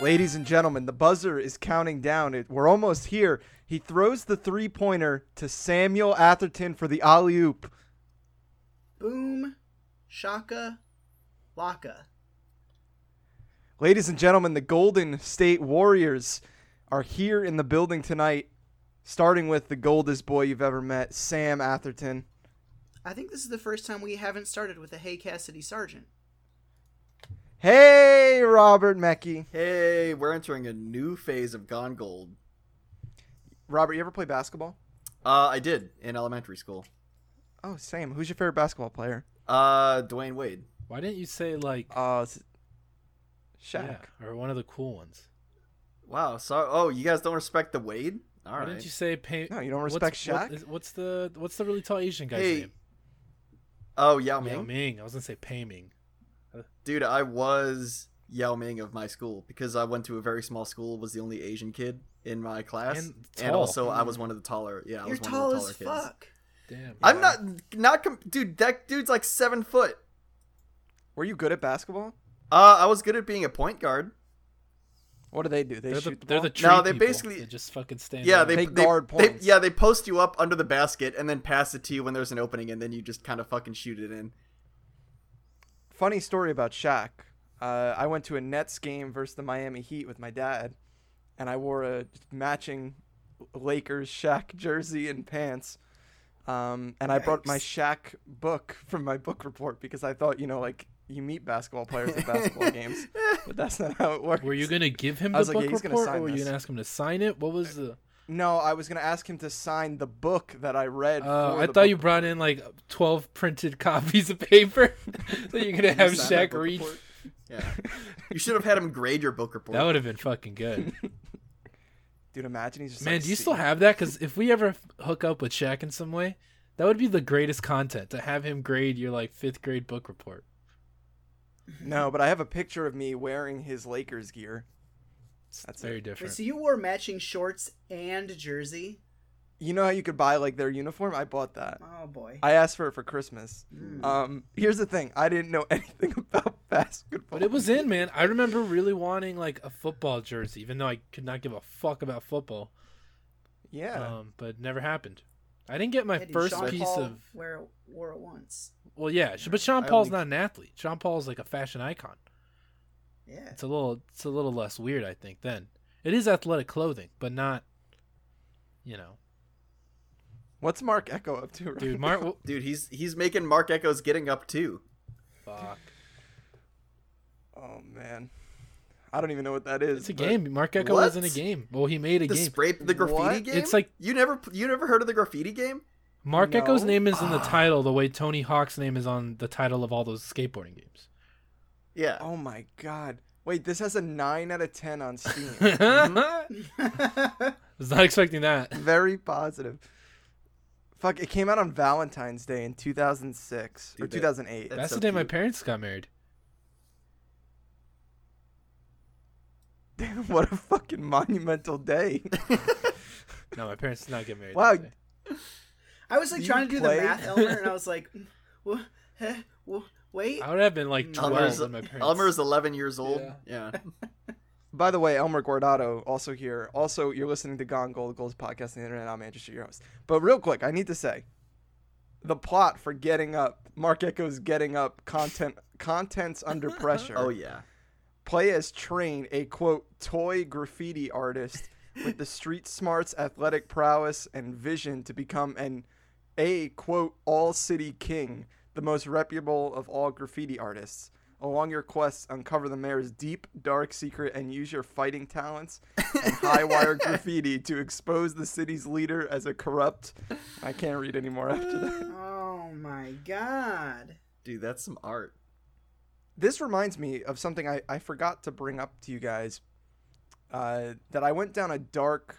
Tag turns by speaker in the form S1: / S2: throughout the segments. S1: Ladies and gentlemen, the buzzer is counting down. It, we're almost here. He throws the three pointer to Samuel Atherton for the alley oop.
S2: Boom, shaka, laka.
S1: Ladies and gentlemen, the Golden State Warriors are here in the building tonight, starting with the goldest boy you've ever met, Sam Atherton.
S2: I think this is the first time we haven't started with a Hey Cassidy Sergeant.
S1: Hey, Robert Mackey.
S3: Hey, we're entering a new phase of Gone Gold.
S1: Robert, you ever play basketball?
S3: Uh, I did in elementary school.
S1: Oh, Sam, who's your favorite basketball player?
S3: Uh, Dwayne Wade.
S4: Why didn't you say like
S1: Uh, s- Shaq.
S4: yeah, or one of the cool ones?
S3: Wow. So, oh, you guys don't respect the Wade? All
S4: Why
S3: right.
S4: didn't you say paint?
S1: No, you don't
S4: what's,
S1: respect
S4: what
S1: Shaq?
S4: is- what's the what's the really tall Asian guy's
S3: Hey,
S4: name?
S3: Oh, Yao Ming.
S4: Yao Ming. I was gonna say Pei Ming.
S3: Dude, I was Yao Ming of my school because I went to a very small school. Was the only Asian kid in my class,
S4: And
S3: and,
S4: tall. Mm.
S3: also I was one of the taller. Yeah, I
S2: You're
S3: was one
S2: tall
S3: of
S2: as
S3: the taller kids.
S2: fuck.
S4: Damn.
S3: I'm
S4: yeah.
S3: not not com- dude. That dude's like seven foot.
S1: Were you good at basketball?
S3: Uh, I was good at being a point guard.
S1: What do they do? They
S4: They're the,
S1: shoot the
S4: they're
S1: ball?
S4: the tree
S3: No, they
S4: people.
S3: basically-
S4: They just fucking stand.
S3: Yeah,
S4: there.
S3: they,
S1: They
S3: they
S1: guard
S3: they-
S1: points.
S3: yeah, they post you up under the basket and then pass it to you when there's an opening, and then you just kind of fucking shoot it in.
S1: Funny story about Shaq. Uh, I went to a Nets game versus the Miami Heat with my dad, and I wore a matching Lakers Shaq jersey and pants. Um, and I brought my Shaq book from my book report because I thought, you know, like you meet basketball players at basketball games, but that's not how it works.
S4: Were you gonna give him
S1: I
S4: the
S1: was
S4: book
S1: like, yeah, he's gonna
S4: report,
S1: sign
S4: or were you
S1: this.
S4: gonna ask him to sign it? What was the?
S1: No, I was gonna ask him to sign the book that I read.
S4: Uh,
S1: for
S4: I
S1: the
S4: thought
S1: book
S4: you brought in like twelve printed copies of paper that you're gonna have
S3: Sign that
S4: Shaq
S3: book
S4: read.
S3: report. Yeah, you should have had him grade your book report.
S4: That would have been fucking good.
S1: Dude, imagine he's just
S4: Man,
S1: like,
S4: do you
S1: "See,
S4: still have that? Because if we ever hook up with Shaq in some way, that would be the greatest content to have him grade your like fifth grade book report.
S1: No, but I have a picture of me wearing his Lakers gear.
S4: It's
S1: That's
S4: very
S2: Wait,
S4: different.
S2: so you wore matching shorts and jersey?
S1: You know how you could buy like their uniform? I bought that.
S2: Oh boy.
S1: I asked for it for Christmas.
S2: Mm.
S1: Um, here's the thing: I didn't know anything about basketball.
S4: But it was in, man. I remember really wanting like a football jersey, even though I could not give a fuck about football.
S1: yeah.
S4: Um, but it never happened. I didn't get my
S2: Yeah, dude,
S4: first
S2: Sean
S4: piece
S2: Paul
S4: of
S2: wear, wore it once.
S4: well, yeah, sh- but Sean
S3: I
S4: Paul's
S3: only-
S4: not an athlete. Sean Paul's like a fashion icon.
S2: Yeah.
S4: It's a little, it's a little less weird, I think. Then it is athletic clothing, but not, you know,
S1: What's Mark Echo up to? Right
S4: dude.
S1: now?
S4: Mark, well,
S3: Dude, he's he's making Mark Echo's getting up too.
S4: fuck.
S1: Oh man, I don't even know what that is.
S4: It's a
S1: but-
S4: game. Mark Echo
S3: What?
S4: was in a game. Well, he made a
S3: The
S4: game.
S3: spray the graffiti
S1: What?
S3: game.
S4: It's like-
S3: you never you never heard of the graffiti game.
S4: Mark Echo's
S1: No.
S4: name is in the
S3: Ah.
S4: title the way Tony Hawk's name is on the title of all those skateboarding games.
S3: Yeah.
S1: Oh my god! Wait, this has a nine out of ten on Steam.
S4: I
S3: Mm-hmm.
S4: was not expecting that.
S1: Very positive. Fuck! It came out on Valentine's Day in 2006 or
S3: Dude, that-
S1: 2008.
S3: that-
S4: That's,
S3: so
S4: the day my
S3: cute.
S4: parents got married.
S1: Damn, what a fucking monumental day!
S4: No, my parents did not get married.
S1: Wow.
S4: that day.
S2: I was like
S1: Do you
S2: trying to do
S1: play?
S2: the math, Elmer, and I was like, "Wha- huh? Wha- wait.
S4: I would have been like
S1: Oh,
S4: twelve
S3: Elmer's,
S4: when my parents.
S3: Elmer's eleven years old.
S4: Yeah.
S3: Yeah.
S1: By the way, Elmer Guardado also here. Also, you're listening to Gone Gold, Gold's podcast on the internet. I'm Andrew, Street, your host. But real quick, I need to say, the plot for Getting Up, Mark Echo's Getting Up content, contents under pressure.
S3: Oh yeah.
S1: Play as Train, a quote toy graffiti artist with the street smarts, athletic prowess, and vision to become an a quote all city king, the most reputable of all graffiti artists. Along your quests, uncover the mayor's deep, dark secret and use your fighting talents and high wire graffiti to expose the city's leader as a corrupt. I can't read anymore after that.
S2: Oh my god.
S3: Dude, that's some art.
S1: this reminds me of something I, I forgot to bring up to you guys uh, that I went down a dark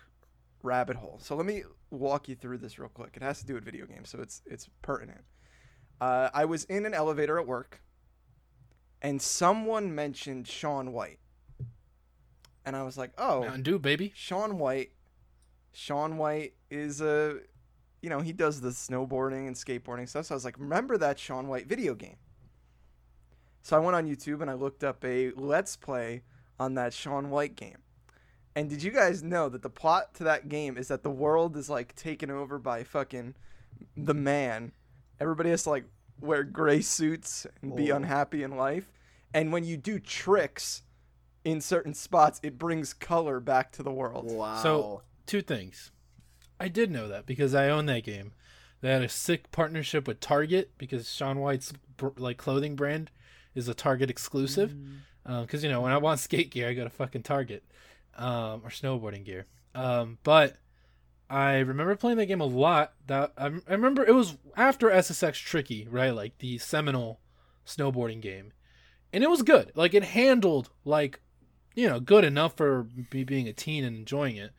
S1: rabbit hole. So let me walk you through this real quick. It has to do with video games, so it's it's pertinent. Uh, I was in an elevator at work, and someone mentioned Sean White, and I was like, "Oh,
S4: Mountain Dew, baby.
S1: Sean White. Sean White is a, you know, he does the snowboarding and skateboarding stuff. So I was like, remember that Sean White video game? So I went on YouTube and I looked up a Let's Play on that Sean White game. And did you guys know that the plot to that game is that the world is like taken over by fucking the man? Everybody has to like wear gray suits and be
S3: Oh.
S1: unhappy in life. And when you do tricks in certain spots, it brings color back to the world.
S3: Wow.
S4: So- Two things. I did know that because I own that game. They had a sick partnership with Target because Sean White's br- like clothing brand is a Target exclusive.
S2: Mm.
S4: because Uh, you know when I want skate gear, I go to fucking Target um, or snowboarding gear. Um, but I remember playing that game a lot. That I, I remember it was after SSX Tricky, right? Like the seminal snowboarding game, and it was good. Like it handled like you know good enough for be being a teen and enjoying it.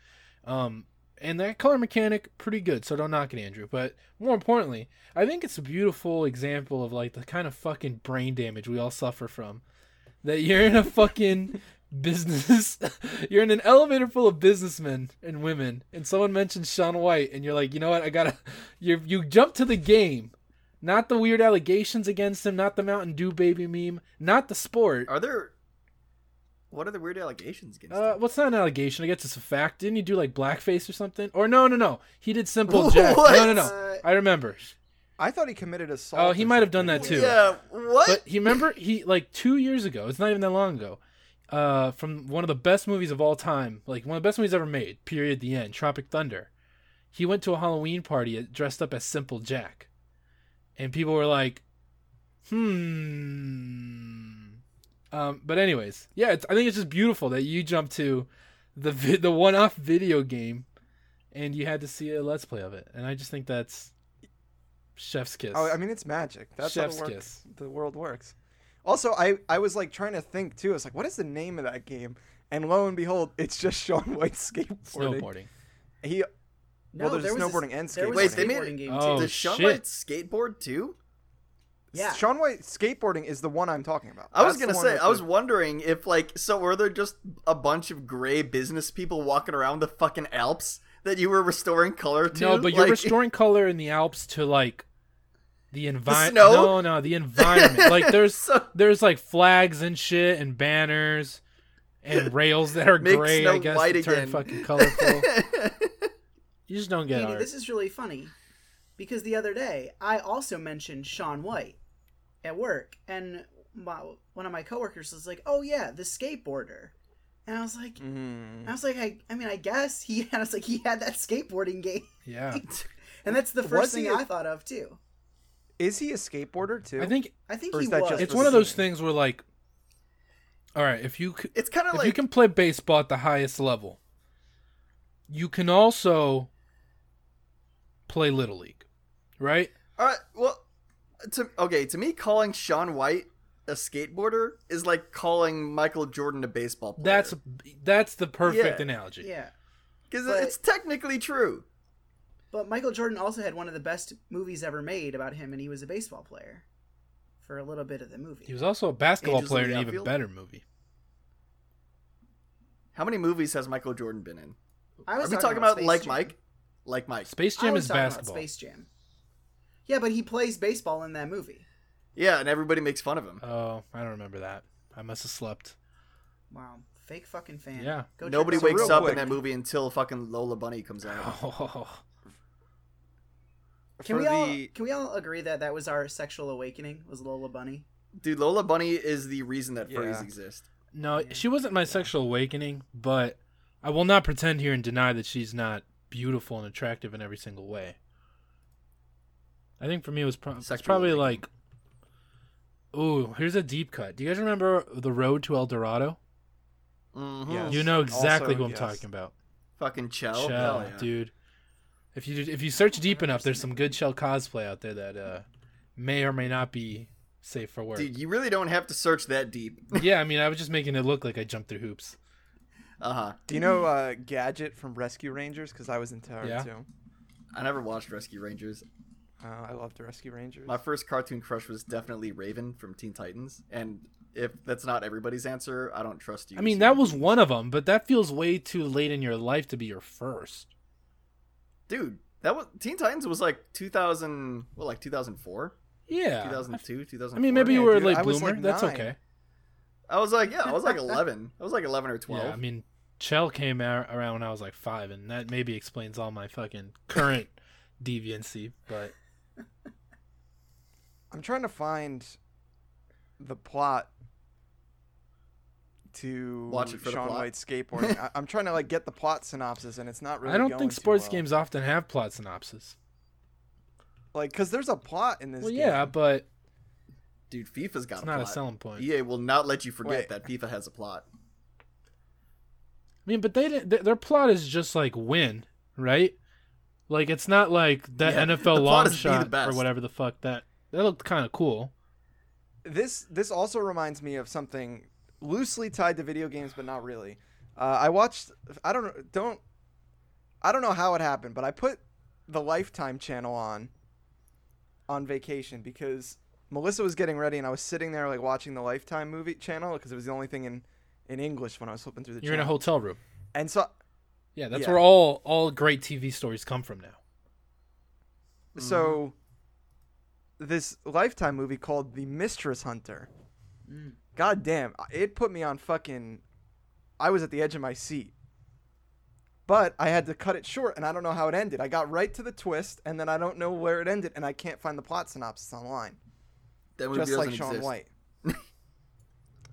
S4: Um, and that color mechanic pretty good. So don't knock it, Andrew. But more importantly, I think it's a beautiful example of like the kind of fucking brain damage we all suffer from that you're in a fucking business you're in an elevator full of businessmen and women and someone mentions Sean White and you're like, you know what, I gotta you you jump to the game. Not the weird allegations against him, not the Mountain Dew baby meme, not the sport.
S3: are there? What are the weird allegations against?
S4: Uh,
S3: him?
S4: what's not an allegation? I guess it's a fact. Didn't he do like blackface or something? Or no, no, no. He did simple jack. No, no, no.
S2: Uh,
S4: I remember.
S1: I thought he committed assault.
S4: Oh, he
S1: or
S4: might have done
S1: something.
S4: that too.
S3: Yeah. What?
S4: But he remember he like two years ago. It's not even that long ago. Uh, from one of the best movies of all time, like one of the best movies ever made. Period. The end. Tropic Thunder. He went to a Halloween party dressed up as Simple Jack, and people were like, "Hmm." Um, but anyways, yeah, it's, I think it's just beautiful that you jumped to the vi- the one off video game, and you had to see a let's play of it, and I just think that's chef's kiss.
S1: Oh, I mean, it's magic. That's
S4: Chef's
S1: how the, work,
S4: kiss.
S1: the world works. Also, I, I was like trying to think too. I was like, what is the name of that game? And lo and behold, it's just Sean White's skateboarding.
S4: snowboarding.
S1: He well,
S2: No,
S1: there's a
S2: there was
S1: snowboarding
S2: a-
S1: and
S2: there
S1: skateboarding.
S2: was a
S3: Wait, they made it-
S2: skateboarding game
S4: Oh.
S2: too.
S3: Does Sean
S4: shit.
S3: White skateboard too?
S2: Yeah.
S1: Sean White skateboarding is the one I'm talking about.
S3: I was
S1: That's the
S3: gonna
S1: one
S3: say,
S1: with
S3: I was
S1: the-
S3: wondering if like, so were there just a bunch of gray business people walking around the fucking Alps that you were restoring color to?
S4: No, but you're
S3: Like,
S4: restoring color in the Alps to like the environment.
S3: snow?
S4: No, no, the environment. like there's
S3: so,
S4: there's like flags and shit and banners and rails that are
S3: Make
S4: gray. I
S3: snow
S4: guess
S3: white
S4: to turn
S3: again.
S4: fucking colorful. you just don't get
S2: Petey,
S4: art.
S2: this is really funny because the other day I also mentioned Sean White at work, and my, one of my coworkers was like, "Oh yeah, the skateboarder," and I was like,
S1: Mm.
S2: "I was like, I, I mean, I guess he." I was like, "He had that skateboarding game,"
S4: Yeah,
S2: and that's the first
S1: Was
S2: thing
S1: he
S2: I
S1: a-
S2: thought of too.
S1: Is he a skateboarder too?
S4: I think
S2: I think
S1: Or
S2: he
S1: is that
S2: was.
S1: just
S4: it's
S1: for
S4: one
S1: the
S4: of those
S1: singing.
S4: things where like, all right, if you c-
S3: it's kind of
S4: if you
S3: like
S4: can play baseball at the highest level, you can also play little league, right?
S3: All right. Well, to okay, to me, calling Sean White a skateboarder is like calling Michael Jordan a baseball player.
S4: That's that's the perfect
S3: Yeah.
S4: analogy.
S2: Yeah,
S3: because
S2: but-
S3: it's technically true.
S2: but Michael Jordan also had one of the best movies ever made about him, and he was a baseball player for a little bit of the movie.
S4: He was also a basketball
S3: Angels in
S4: player in
S3: the
S4: an even
S3: Outfield?
S4: better movie.
S3: How many movies has Michael Jordan been in?
S2: I
S3: Are
S2: was
S3: we talking about,
S2: Space
S3: like
S2: Jam.
S3: Mike? Like Mike?
S4: Space
S2: I
S4: Jam
S2: was
S4: is
S2: talking about
S4: basketball.
S2: Space Jam. Yeah, but he plays baseball in that movie.
S3: Yeah, and everybody makes fun of him.
S4: Oh, I don't remember that. I must have slept.
S2: Wow, fake fucking fan.
S4: Yeah.
S2: Go
S3: Nobody
S2: check that
S3: wakes
S1: real
S2: out.
S3: up
S1: quick-
S3: in that movie until fucking Lola Bunny comes out.
S4: Oh,
S2: Can
S1: For
S2: we all
S1: the-
S2: can we all agree that that was our sexual awakening? Was Lola Bunny?
S3: Dude, Lola Bunny is the reason that furries
S1: Yeah.
S3: exist.
S4: no,
S2: Yeah.
S4: she wasn't my sexual awakening, but I will not pretend here and deny that she's not beautiful and attractive in every single way. I think for me it was, pro- it's
S3: Sexual
S4: probably
S3: awakening.
S4: like, ooh, here's a deep cut. Do you guys remember the Road to El Dorado?
S3: Mm-hmm.
S1: Yes.
S4: You know
S1: Also,
S4: exactly who I'm
S1: yes.
S4: talking about.
S3: Fucking Chell.
S1: Oh,
S4: Shell,
S3: Hell yeah.
S4: dude. If you if you search deep enough, there's some good shell cosplay out there that uh, may or may not be safe for work.
S3: Dude, you really don't have to search that deep.
S4: yeah, I mean, I was just making it look like I jumped through hoops.
S3: Uh huh.
S1: Do you know uh, Gadget from Rescue Rangers? Because I was into her
S4: Yeah.
S1: too.
S3: I never watched Rescue Rangers.
S1: Uh, I loved Rescue Rangers.
S3: My first cartoon crush was definitely Raven from Teen Titans, and if that's not everybody's answer, I don't trust you.
S4: I mean,
S3: so-
S4: that was one of them, but that feels way too late in your life to be your first.
S3: dude. That was Teen Titans was like 2000, well, like 2004,
S4: Yeah,
S3: 2002, 2004.
S4: I mean, maybe you
S1: Yeah,
S4: were a
S1: dude,
S4: late
S1: I was,
S4: bloomer.
S1: like,
S4: That's
S1: nine.
S4: okay.
S3: I was like, yeah, I was like 11. I was like 11 or 12.
S4: Yeah, I mean, Chell came out around when I was like five, and that maybe explains all my fucking current deviancy. But
S1: I'm trying to find the plot to
S3: Watch it for the
S1: Sean
S3: plot.
S1: White's skateboarding. I, I'm trying to like get the plot synopsis, and it's not really.
S4: I don't
S1: going
S4: think
S1: too
S4: sports
S1: well.
S4: games often have plot synopsis.
S1: like because there's a plot in this.
S4: Well,
S1: game.
S4: yeah, but
S3: Dude, FIFA's got
S4: it's
S3: E a
S4: not a
S3: plot.
S4: selling point.
S3: EA will not let you
S1: Wait.
S3: forget that FIFA has a plot.
S4: I mean, but they didn't. th- Their plot is just like win, right? Like it's not like that
S3: Yeah, the
S4: NFL
S3: plot
S4: long
S3: is be the
S4: shot or
S3: best.
S4: whatever the fuck that. That looked kind of cool.
S1: this this also reminds me of something loosely tied to video games, but not really. Uh, I watched. I don't don't. I don't know how it happened, but I put the Lifetime channel on on vacation because Melissa was getting ready, and I was sitting there like watching the Lifetime movie channel because it was the only thing in in English when I was flipping through the.
S4: You're in a
S1: channel.
S4: hotel room.
S1: And so
S4: Yeah, that's
S1: Yeah.
S4: where all all great TV stories come from now.
S1: So,
S3: Mm-hmm.
S1: this Lifetime movie called The Mistress Hunter.
S2: Mm.
S1: God damn, it put me on fucking. I was at the edge of my seat. But I had to cut it short, and I don't know how it ended. I got right to the twist, and then I don't know where it ended, and I can't find the plot synopsis online.
S3: That movie
S1: Just
S3: doesn't
S1: like Sean
S3: exist.
S1: White.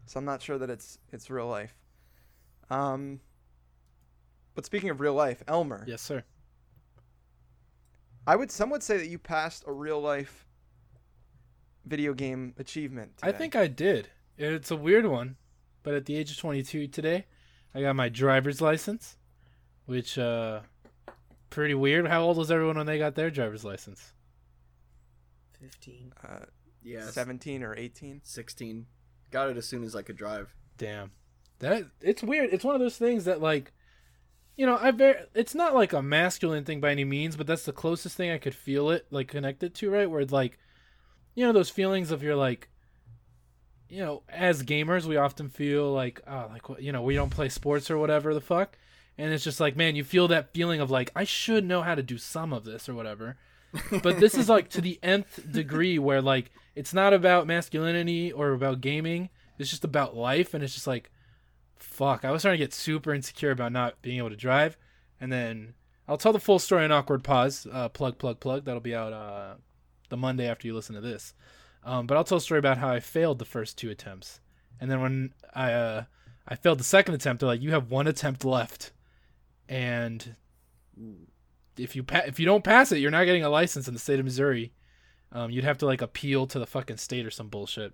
S1: so I'm not sure that it's it's real life. Um. But speaking of real life, Elmer.
S4: Yes, sir.
S1: I would some would say that you passed a real life video game achievement.
S4: I
S1: today.
S4: think I did. It's a weird one, but at the age of 22 today, I got my driver's license, which uh pretty weird. How old was everyone when they got their driver's license?
S2: 15.
S1: uh,
S3: Yes.
S1: seventeen or eighteen.
S3: 16. Got it as soon as I could drive.
S4: Damn. That it's weird. It's one of those things that like you know, I very it's not like a masculine thing by any means, but that's the closest thing I could feel it like connected to, right? Where it's like you know, those feelings of you're like you know, as gamers we often feel like oh like what- you know, we don't play sports or whatever the fuck. And it's just like, man, you feel that feeling of like, I should know how to do some of this or whatever. But this is like to the nth degree where like it's not about masculinity or about gaming. It's just about life, and it's just like, fuck. I was starting to get super insecure about not being able to drive, and then I'll tell the full story in awkward pause. Uh, plug, plug, plug. That'll be out uh, the Monday after you listen to this. Um, but I'll tell a story about how I failed the first two attempts, and then when I uh, I failed the second attempt, they're like, you have one attempt left, and if you pa- if you don't pass it, you're not getting a license in the state of Missouri. Um, you'd have to like appeal to the fucking state or some bullshit.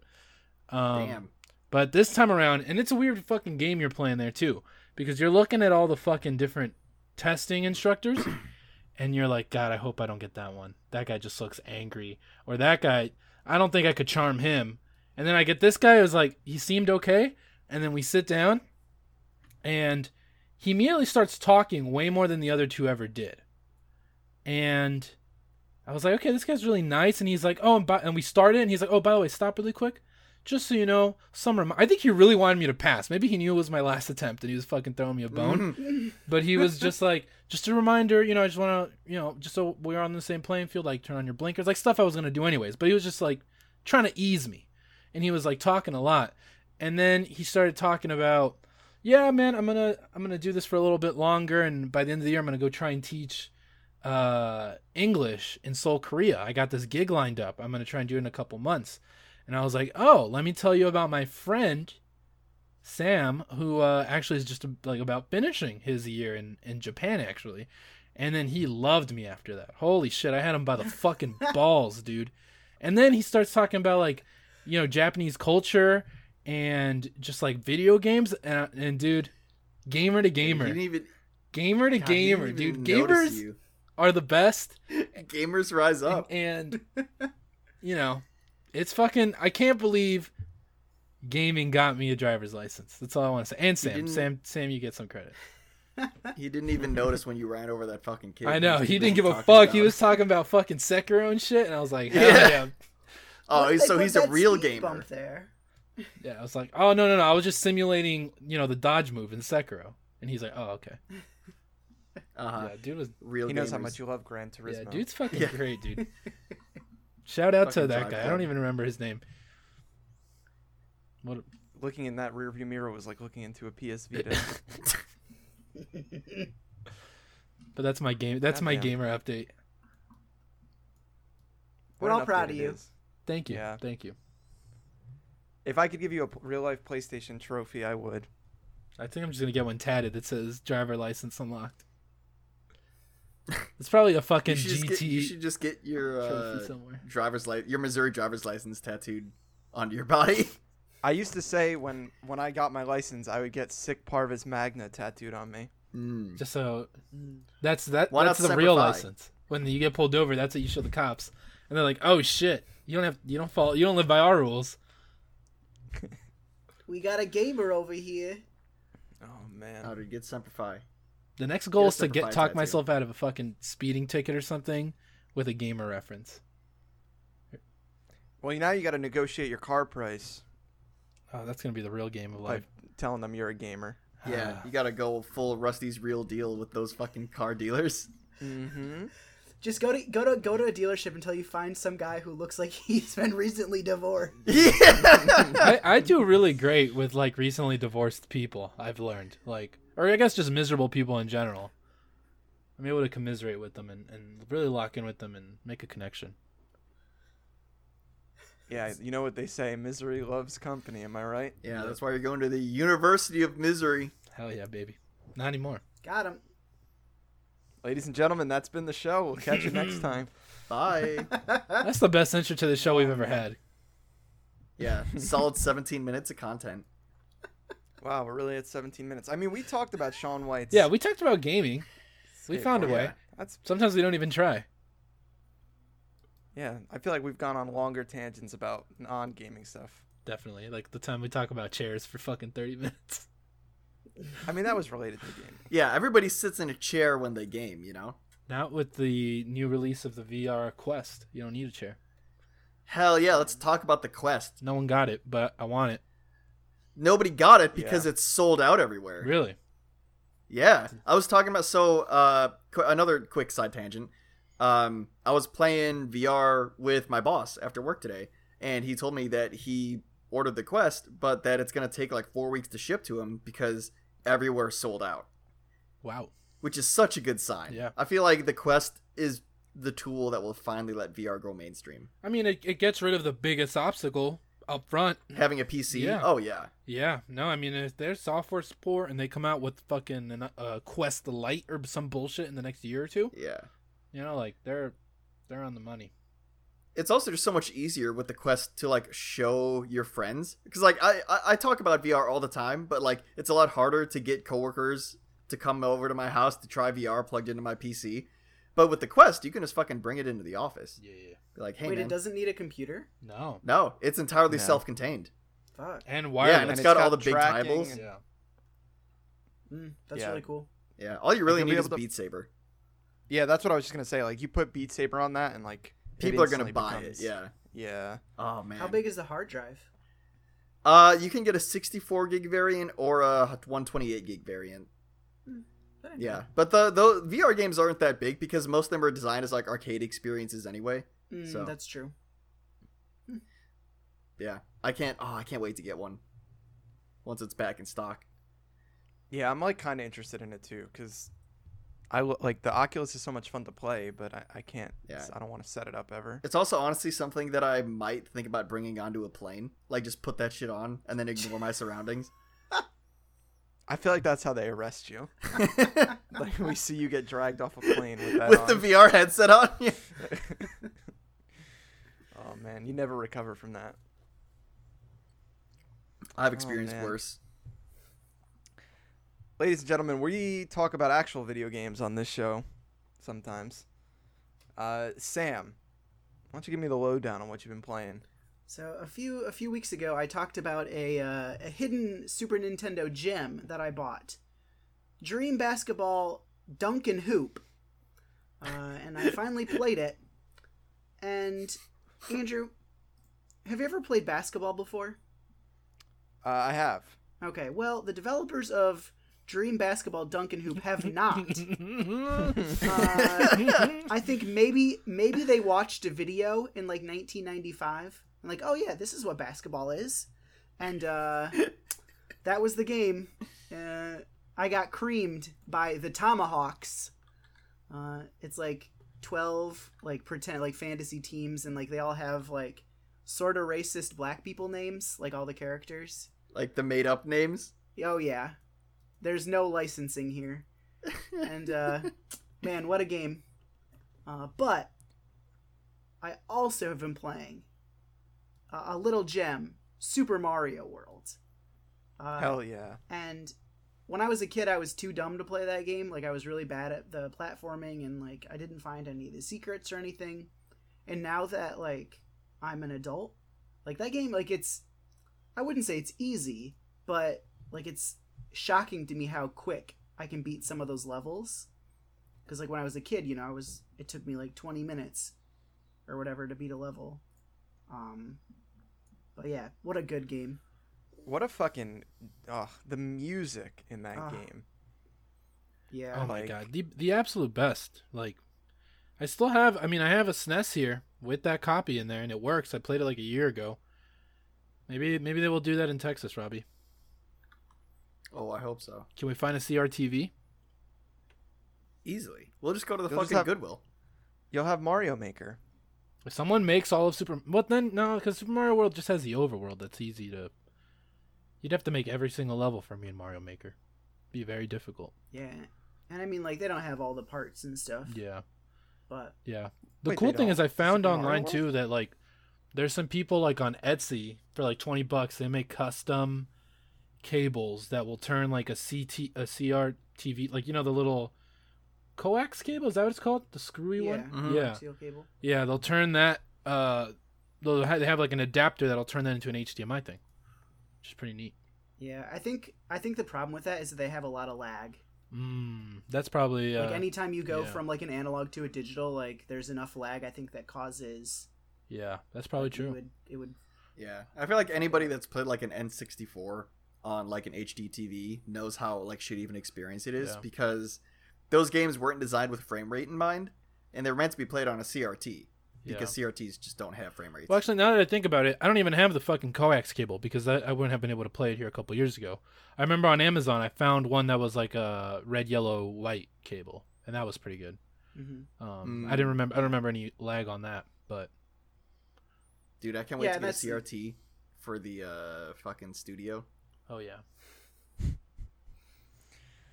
S4: Um,
S3: Damn.
S4: but this time around, and it's a weird fucking game you're playing there too, because you're looking at all the fucking different testing instructors, and you're like, God, I hope I don't get that one. That guy just looks angry, or that guy, I don't think I could charm him. And then I get this guy who's like, he seemed okay, and then we sit down, and he immediately starts talking way more than the other two ever did, and. I was like, okay, this guy's really nice, and he's like, oh, and, by, and we started, and he's like, oh, by the way, stop really quick just so you know, some rem- I think he really wanted me to pass. Maybe he knew it was my last attempt and he was fucking throwing me a bone. but he was just like, just a reminder, you know, I just want to, you know, just so we're on the same playing field, like turn on your blinkers, like stuff I was going to do anyways. But he was just like trying to ease me. And he was like talking a lot. And then he started talking about, yeah, man, I'm going to I'm going to do this for a little bit longer and by the end of the year I'm going to go try and teach uh English in Seoul, Korea. I got this gig lined up. I'm going to try and do it in a couple months. And I was like, "Oh, let me tell you about my friend Sam, who uh, actually is just like about finishing his year in in Japan, actually." And then he loved me after that. Holy shit, I had him by the fucking balls, dude. And then he starts talking about like, you know, Japanese culture and just like video games. And I- and dude, gamer to
S3: You
S4: gamer,
S3: didn't even,
S4: gamer to
S3: God, you
S4: gamer,
S3: didn't even
S4: dude.
S3: notice
S4: Gamers
S3: you.
S4: are the best.
S3: Gamers rise
S4: And-
S3: up.
S4: And, you know, it's fucking. I can't believe gaming got me a driver's license. That's all I want to say. And Sam,
S3: didn't-
S4: Sam, Sam, you get some credit.
S3: He didn't even notice when you ran over that fucking kid.
S4: I know he
S3: was
S4: didn't give a fuck.
S3: talking
S4: He
S3: about-
S4: was talking about fucking Sekiro and shit, and I was like, Hell yeah.
S3: Yeah.
S4: yeah,
S3: Oh,
S2: What if
S3: he's-
S2: they
S3: so
S2: put
S3: he's a
S2: that
S3: real
S2: speed
S3: gamer.
S2: Bump there.
S4: yeah. I was like, oh no, no, no. I was just simulating, you know, the dodge move in Sekiro. And he's like, oh okay,
S3: Uh-huh.
S4: yeah, dude was,
S3: Real.
S1: He knows how
S3: gamers.
S1: much you love Gran
S4: yeah,
S1: Turismo.
S4: dude's fucking
S3: Yeah.
S4: great, dude. Shout out to
S3: Fucking
S4: that
S3: Drive
S4: guy. I
S3: Club.
S4: don't even remember his name. What? a-
S1: looking in that rearview mirror was like looking into a PS Vita.
S4: But that's my game. That's my
S1: Goddamn.
S4: gamer update.
S1: What
S2: all
S1: an
S2: proud
S1: update
S2: of
S1: it
S2: you.
S1: is.
S4: Thank you.
S1: Yeah.
S4: Thank you.
S1: If I could give you a real life PlayStation trophy, I would.
S4: I think I'm just gonna get one tatted that says driver license unlocked. It's probably a fucking
S3: You should, just
S4: GT
S3: get, you should just get your uh,
S4: trophy somewhere.
S3: driver's li- your Missouri driver's license tattooed onto your body.
S1: I used to say when when I got my license, I would get sick Parvis Magna tattooed on me.
S3: Mm.
S4: Just so that's that.
S3: Why not
S4: that's the
S3: Semper
S4: real
S3: Fi?
S4: license. When you get pulled over, that's what you show the cops, and they're like, "Oh shit, you don't have, you don't follow, you don't live by our rules."
S2: We got a gamer over here.
S1: Oh man.
S3: How to get Semperfi.
S4: The next goal
S3: Get a
S4: is to
S3: Semper
S4: get
S3: Fi
S4: talk
S3: tattoo.
S4: myself out of a fucking speeding ticket or something with a gamer reference.
S1: Well, now you got to negotiate your car price
S4: Oh, that's gonna be the real game of
S1: by
S4: life.
S1: telling them you're a gamer.
S3: Yeah, you gotta go full Rusty's real deal with those fucking car dealers.
S1: Mm-hmm.
S2: Just go to go to go to a dealership until you find some guy who looks like he's been recently divorced.
S3: Yeah.
S4: I, I do really great with like recently divorced people. I've learned like, or I guess just miserable people in general. I'm able to commiserate with them and, and really lock in with them and make a connection.
S1: Yeah, you know what they say: misery loves company. Am I right?
S3: yeah, that's why you're going to the University of Misery.
S4: Hell yeah, baby. Not anymore.
S2: Got him.
S1: Ladies and gentlemen, that's been the show. We'll catch you next time.
S3: Bye.
S4: That's the best intro to the show we've ever had.
S3: Yeah, solid 17 minutes of content.
S1: Wow, we're really at 17 minutes. I mean, we talked about Sean White's.
S4: Yeah, we talked about gaming. We found a
S1: skateboard.
S4: way.
S3: yeah.
S1: That's
S4: Sometimes we don't even try.
S1: yeah. I feel like we've gone on longer tangents about non-gaming stuff.
S4: Definitely. Like the time we talk about chairs for fucking 30 minutes.
S1: I mean, that was related to gaming.
S3: Yeah, everybody sits in a chair when they game, you know?
S4: Now with the new release of the VR Quest, you don't need a chair.
S3: Hell yeah, let's talk about the quest.
S4: No one got it, but I want it.
S3: Nobody got it because
S1: Yeah.
S3: it's sold out everywhere.
S4: Really?
S3: Yeah, I was talking about so uh qu- another quick side tangent. Um, I was playing VR with my boss after work today, and he told me that he ordered the Quest, but that it's gonna take like four weeks to ship to him because everywhere's sold out,
S4: Wow.
S3: which is such a good sign.
S4: Yeah.
S3: I feel like the Quest is the tool that will finally let VR go mainstream.
S4: I mean, it, it gets rid of the biggest obstacle up front.
S3: Having a PC,
S4: Yeah.
S3: oh yeah,
S4: Yeah, no, I mean, if their software support and they come out with fucking an, uh, Quest Lite or some bullshit in the next year or two,
S3: yeah.
S4: you know, like they're they're on the money.
S3: it's also just so much easier with the quest to like show your friends because like I, I i talk about vr all the time but like it's a lot harder to get coworkers to come over to my house to try vr plugged into my pc but with the quest you can just fucking bring it into the office
S4: Yeah.
S3: Be like hey
S2: Wait,
S3: man.
S2: it doesn't need a computer.
S4: No.
S3: no it's entirely
S1: No.
S3: self-contained
S2: Fuck.
S4: And
S3: yeah
S4: wireless.
S3: and
S1: And
S3: it's
S1: it's
S3: got, all
S1: got
S3: the big
S1: tracking
S3: tables
S1: and-
S4: yeah.
S2: Mm, that's
S1: Yeah.
S2: really cool.
S3: yeah all you really
S1: You'll be
S3: need is
S1: able to-
S3: beat saber
S1: Yeah, that's what I was just gonna say. Like, you put Beat Saber on that, and like it
S3: people are gonna
S1: instantly
S3: buy
S1: becomes-
S3: it yeah
S1: Yeah.
S3: oh man
S2: How big is the hard drive?
S3: uh you can get a 64 gig variant or a 128 gig variant
S2: That ain't
S3: Yeah, but the the VR games aren't that big because most of them are designed as like arcade experiences anyway.
S2: bad. Mm,
S3: So.
S2: That's true.
S3: Yeah, I can't. Oh, I can't wait to get one once it's back in stock.
S1: Yeah, I'm like kind of interested in it too, cause I lo- like the Oculus is so much fun to play, but I, I can't.
S3: Yeah.
S1: I don't want to set it up ever.
S3: It's also honestly something that I might think about bringing onto a plane. Like just put that shit on and then ignore my surroundings.
S1: I feel like that's how they arrest you.
S3: With
S1: Like we see you get dragged off a plane with that
S3: the
S1: on.
S3: VR headset on. Yeah.
S1: oh man, you never recover from that.
S3: I've experienced
S1: Oh, man.
S3: worse.
S1: Ladies and gentlemen, we talk about actual video games on this show sometimes. Uh, Sam, why don't you give me the lowdown on what you've been playing?
S2: So a few a few weeks ago, I talked about a uh, a hidden Super Nintendo gem that I bought, Dream Basketball Duncan Hoop, uh, and I finally played it. And Andrew, have you ever played basketball before?
S1: Uh, I have.
S2: Okay, well, the developers of Dream Basketball Duncan Hoop have not. Uh,
S4: Oh
S2: I think maybe maybe they watched a video in like 1995 and like, oh yeah, this is what basketball is, and uh, that was the game. Uh, I got creamed by the Tomahawks. Uh, it's like twelve like pretend like fantasy teams, and like they all have like sort of racist black people names, like all the characters.
S3: Like the made up names.
S2: Oh yeah, there's no licensing here, and uh, man, what a game! Uh, but I also have been playing uh, a little gem, Super Mario World. Uh,
S1: Hell yeah.
S2: and when I was a kid, I was too dumb to play that game. Like I was really bad at the platforming, and like I didn't find any of the secrets or anything. And now that like I'm an adult, like that game, like it's, I wouldn't say it's easy, but like it's shocking to me how quick I can beat some of those levels. Because like when I was a kid, you know, I was it took me like 20 minutes or whatever to beat a level. Um, but yeah, what a good game.
S1: What a fucking oh, the music in that
S2: Ah.
S1: game.
S2: Yeah.
S4: Oh my
S1: Like-
S4: god, the the absolute best. Like, I still have. I mean, I have a SNES here with that copy in there, and it works. I played it like a year ago. Maybe maybe they will do that in Texas, Robbie.
S3: Oh, I hope so.
S4: Can we find a CRTV?
S3: Easily. We'll just go to the
S1: They'll just
S3: fucking
S1: have-
S3: Goodwill.
S1: You'll have Mario Maker.
S4: If someone makes all of Super, what then? No, because Super Mario World just has the overworld. That's easy to. You'd have to make every single level for me in Mario Maker. Be very difficult.
S2: Yeah. And I mean, like, they don't have all the parts and stuff.
S4: Yeah.
S2: But
S4: Yeah. The
S1: Wait,
S4: cool
S1: they
S4: thing
S1: don't?
S4: is I found
S1: Super Mario
S4: online
S1: World?
S4: too that like there's some people like on Etsy for like 20 bucks they make custom cables that will turn like a CT a CRTV like you know the little coax cable is that what it's called the screwy
S2: yeah,
S4: one
S3: Mhm.
S4: yeah
S2: Steel cable.
S4: yeah they'll turn that uh they'll ha- they have like an adapter that'll turn that into an HDMI thing which is pretty neat
S2: Yeah, I think I think the problem with that is that they have a lot of lag.
S4: mm, that's probably uh,
S2: Like anytime you go
S4: yeah.
S2: from like an analog to a digital, like there's enough lag. I think that causes
S4: yeah that's probably
S2: it
S4: true
S2: would it would
S3: Yeah. I feel like anybody that's played like an N64 on like an HD TV knows how like shitty of an experience it is
S4: Yeah.
S3: because those games weren't designed with frame rate in mind and they're meant to be played on a CRT
S4: yeah.
S3: because CRTs just don't have frame rates.
S4: Well, actually, now that I think about it, I don't even have the fucking coax cable because I, I wouldn't have been able to play it here a couple years ago. I remember on Amazon I found one that was like a red, yellow, white cable, and that was pretty good.
S2: mhm.
S4: Um,
S3: Mm.
S4: I didn't remember. I don't remember any lag on that, but
S3: Dude, I can't wait
S2: Yeah,
S3: to get a
S2: that's-
S3: CRT for the uh fucking studio.
S4: oh yeah,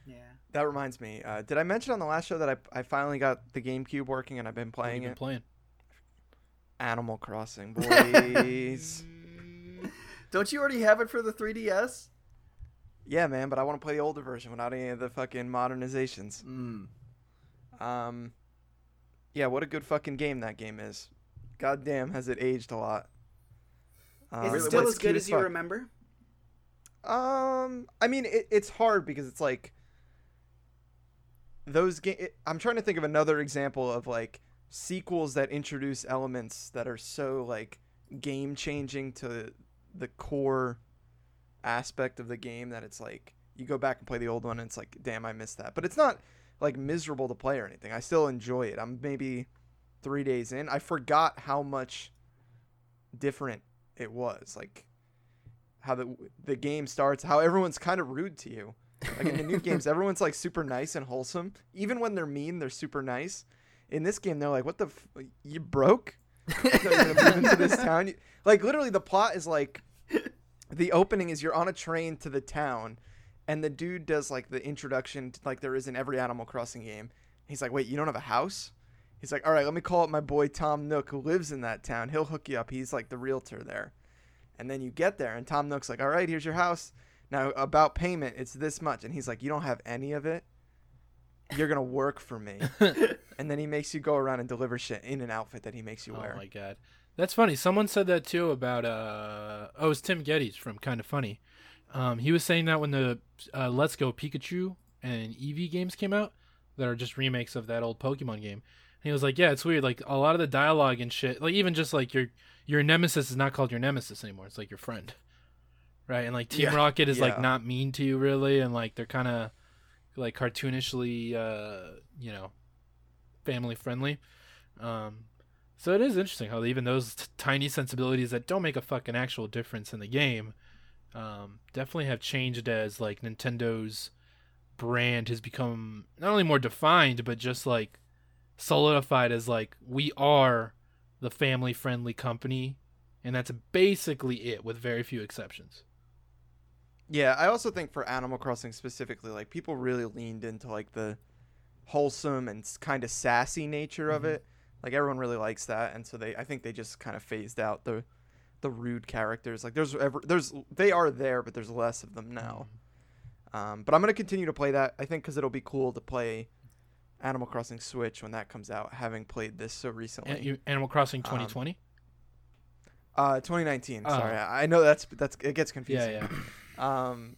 S2: yeah.
S1: That reminds me. Uh, did I mention on the last show that I, I finally got the GameCube working and I've been
S4: What have
S1: playing
S4: you been
S1: it?
S4: playing.
S1: Animal Crossing, boys.
S2: Mm,
S3: Don't you already have it for the 3DS?
S1: yeah, man, but I want to play the older version without any of the fucking modernizations.
S3: Mm.
S1: Um, yeah, what a good fucking game that game is. Goddamn, has it aged a lot.
S2: is
S1: Um,
S2: it
S3: Really,
S2: still
S3: what's
S2: as good
S1: cute
S2: as you
S1: fuck.
S2: remember?
S1: Um, I mean, it, it's hard because it's like those game. I'm trying to think of another example of like sequels that introduce elements that are so like game changing to the core aspect of the game that it's like you go back and play the old one and it's like damn I missed that but it's not like miserable to play or anything I still enjoy it I'm maybe 3 days in I forgot how much different it was like how the the game starts how everyone's kind of rude to you like in the new games everyone's like super nice and wholesome even when they're mean they're super nice in this game they're like what the f- you broke You're gonna move into this town You- like literally the plot is like the opening is you're on a train to the town and the dude does like the introduction to, like there is in every animal crossing game he's like wait you don't have a house he's like all right let me call up my boy tom nook who lives in that town he'll hook you up he's like the realtor there and then you get there and tom nook's like all right here's your house now about payment it's this much and he's like you don't have any of it you're gonna work for me and then he makes you go around and deliver shit in an outfit that he makes you wear
S4: Oh my god, that's funny. Someone said that too about uh oh, it's Tim Geddes from Kind of Funny. Um, he was saying that when the uh, Let's Go Pikachu and Eevee games came out, that are just remakes of that old Pokemon game. And he was like, yeah, it's weird. Like a lot of the dialogue and shit, like even just like your your nemesis is not called your nemesis anymore. It's like your friend, right? And like Team
S3: Yeah.
S4: Rocket is like
S1: Yeah.
S4: not mean to you really, and like they're kind of like cartoonishly, uh, you know, family friendly. Um, so it is interesting how even those t- tiny sensibilities that don't make a fucking actual difference in the game um, definitely have changed as like Nintendo's brand has become not only more defined but just like solidified as like we are the family friendly company and that's basically it with very few exceptions
S1: Yeah, I also think for Animal Crossing specifically, like people really leaned into like the wholesome and kind of sassy nature of
S4: Mhm.
S1: it. Like everyone really likes that, and so they I think they just kind of phased out the the rude characters. Like there's ever there's they are there, but there's less of them now. Um, but I'm gonna continue to play that. I think because it'll be cool to play Animal Crossing Switch when that comes out. Having played this so recently,
S4: An- you- Animal Crossing
S1: Um,
S4: 2020
S1: uh, 2019.
S4: Oh.
S1: Sorry, I I know that's that's it gets confusing.
S4: yeah
S1: Um,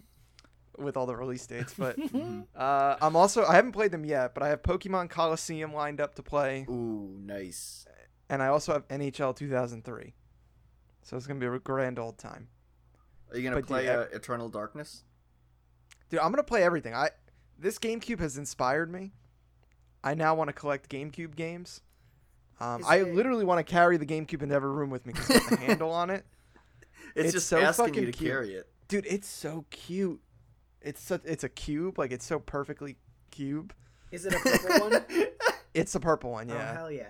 S1: with all the release dates, but
S2: Mm-hmm.
S4: yeah
S1: uh, I'm also I haven't played them yet, but I have Pokemon Coliseum lined up to play,
S3: Ooh, nice.
S1: and I also have NHL 2003. So it's gonna be a grand old time,
S3: Are you gonna
S1: But do
S3: play
S1: you-
S3: uh, Eternal Darkness?
S1: dude. I'm gonna play everything. I this GameCube has inspired me. I now want to collect GameCube games. Um,
S2: Is
S1: I
S2: it-
S1: literally want to carry the GameCube into every room with me because the handle on it,
S3: It's,
S1: It's
S3: just
S1: so
S3: asking you
S1: fucking
S3: to
S1: cute.
S3: carry it.
S1: dude. It's so cute. It's such, it's a cube, like it's so perfectly cube.
S2: Is it a purple one?
S1: It's the purple one,
S2: Oh
S1: yeah.
S2: hell yeah!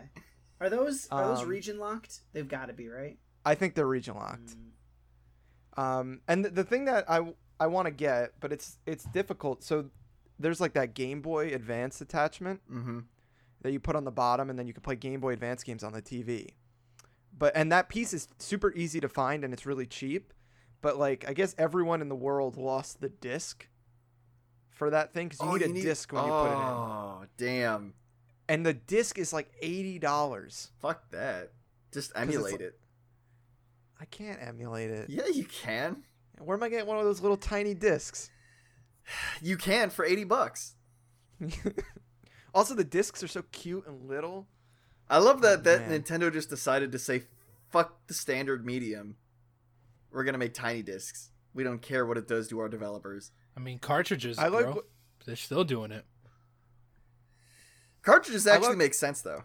S2: Are those are those
S1: Um,
S2: region locked? They've got to be right.
S1: I think they're region locked.
S2: Mm.
S1: Um, and the, the thing that I I want to get, but it's it's difficult. So there's like that Game Boy Advance attachment
S3: mm-hmm.
S1: that you put on the bottom, and then you can play Game Boy Advance games on the TV. But and that piece is super easy to find, and it's really cheap. But like, I guess everyone in the world lost the disc for that thing because Oh, you need a disc when you put it in,
S3: Oh, damn!
S1: and the disc is like eighty dollars.
S3: Fuck that. Just
S1: it's
S3: emulate
S1: like-
S3: it.
S1: I can't emulate it.
S3: Yeah, you can.
S1: Where am I getting one of those little tiny discs?
S3: You can for eighty bucks.
S1: also, the discs are so cute and little.
S3: I love that that
S1: Man.
S3: Nintendo just decided to say, "Fuck the standard medium. We're gonna make tiny discs. We don't care what it does to our developers.
S4: i mean cartridges
S1: I like.
S4: bro.
S1: what-
S4: they're still doing it
S3: Cartridges
S1: I
S3: actually
S1: love-
S3: make sense though.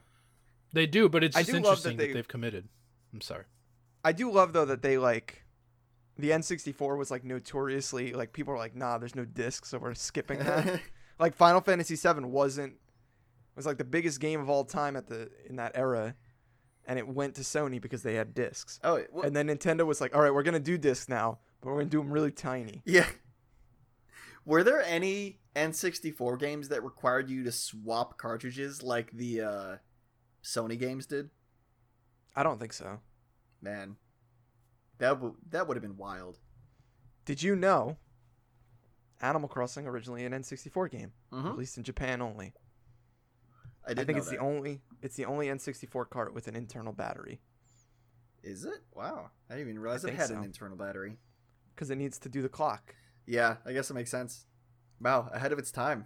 S4: they do but it's
S1: I
S4: just
S1: do love that
S4: interesting that,
S1: they-
S4: they've committed i'm sorry
S1: I do love though that they like. The N64 was like notoriously like people were like, nah, there's no discs, so we're skipping that. like Final Fantasy VII wasn't was like the biggest game of all time at the in that era, and it went to Sony because they had discs.
S3: oh, well,
S1: And then Nintendo was like, all right, we're gonna do discs now, but we're gonna do them really tiny.
S3: yeah. Were there any N64 games that required you to swap cartridges like the uh, Sony games did?
S1: I don't think so.
S3: Man, that w- that would have been wild.
S1: Did you know? Animal Crossing originally an N64 game,
S3: Mhm.
S1: released in Japan only.
S3: I, did
S1: I think
S3: know
S1: it's
S3: that.
S1: the only it's the only N64 cart with an internal battery
S3: Is it? Wow. I didn't even realize it
S1: think
S3: had
S1: so.
S3: an internal battery.
S1: because it needs to do the clock.
S3: Yeah, I guess it makes sense. Wow, ahead of its time.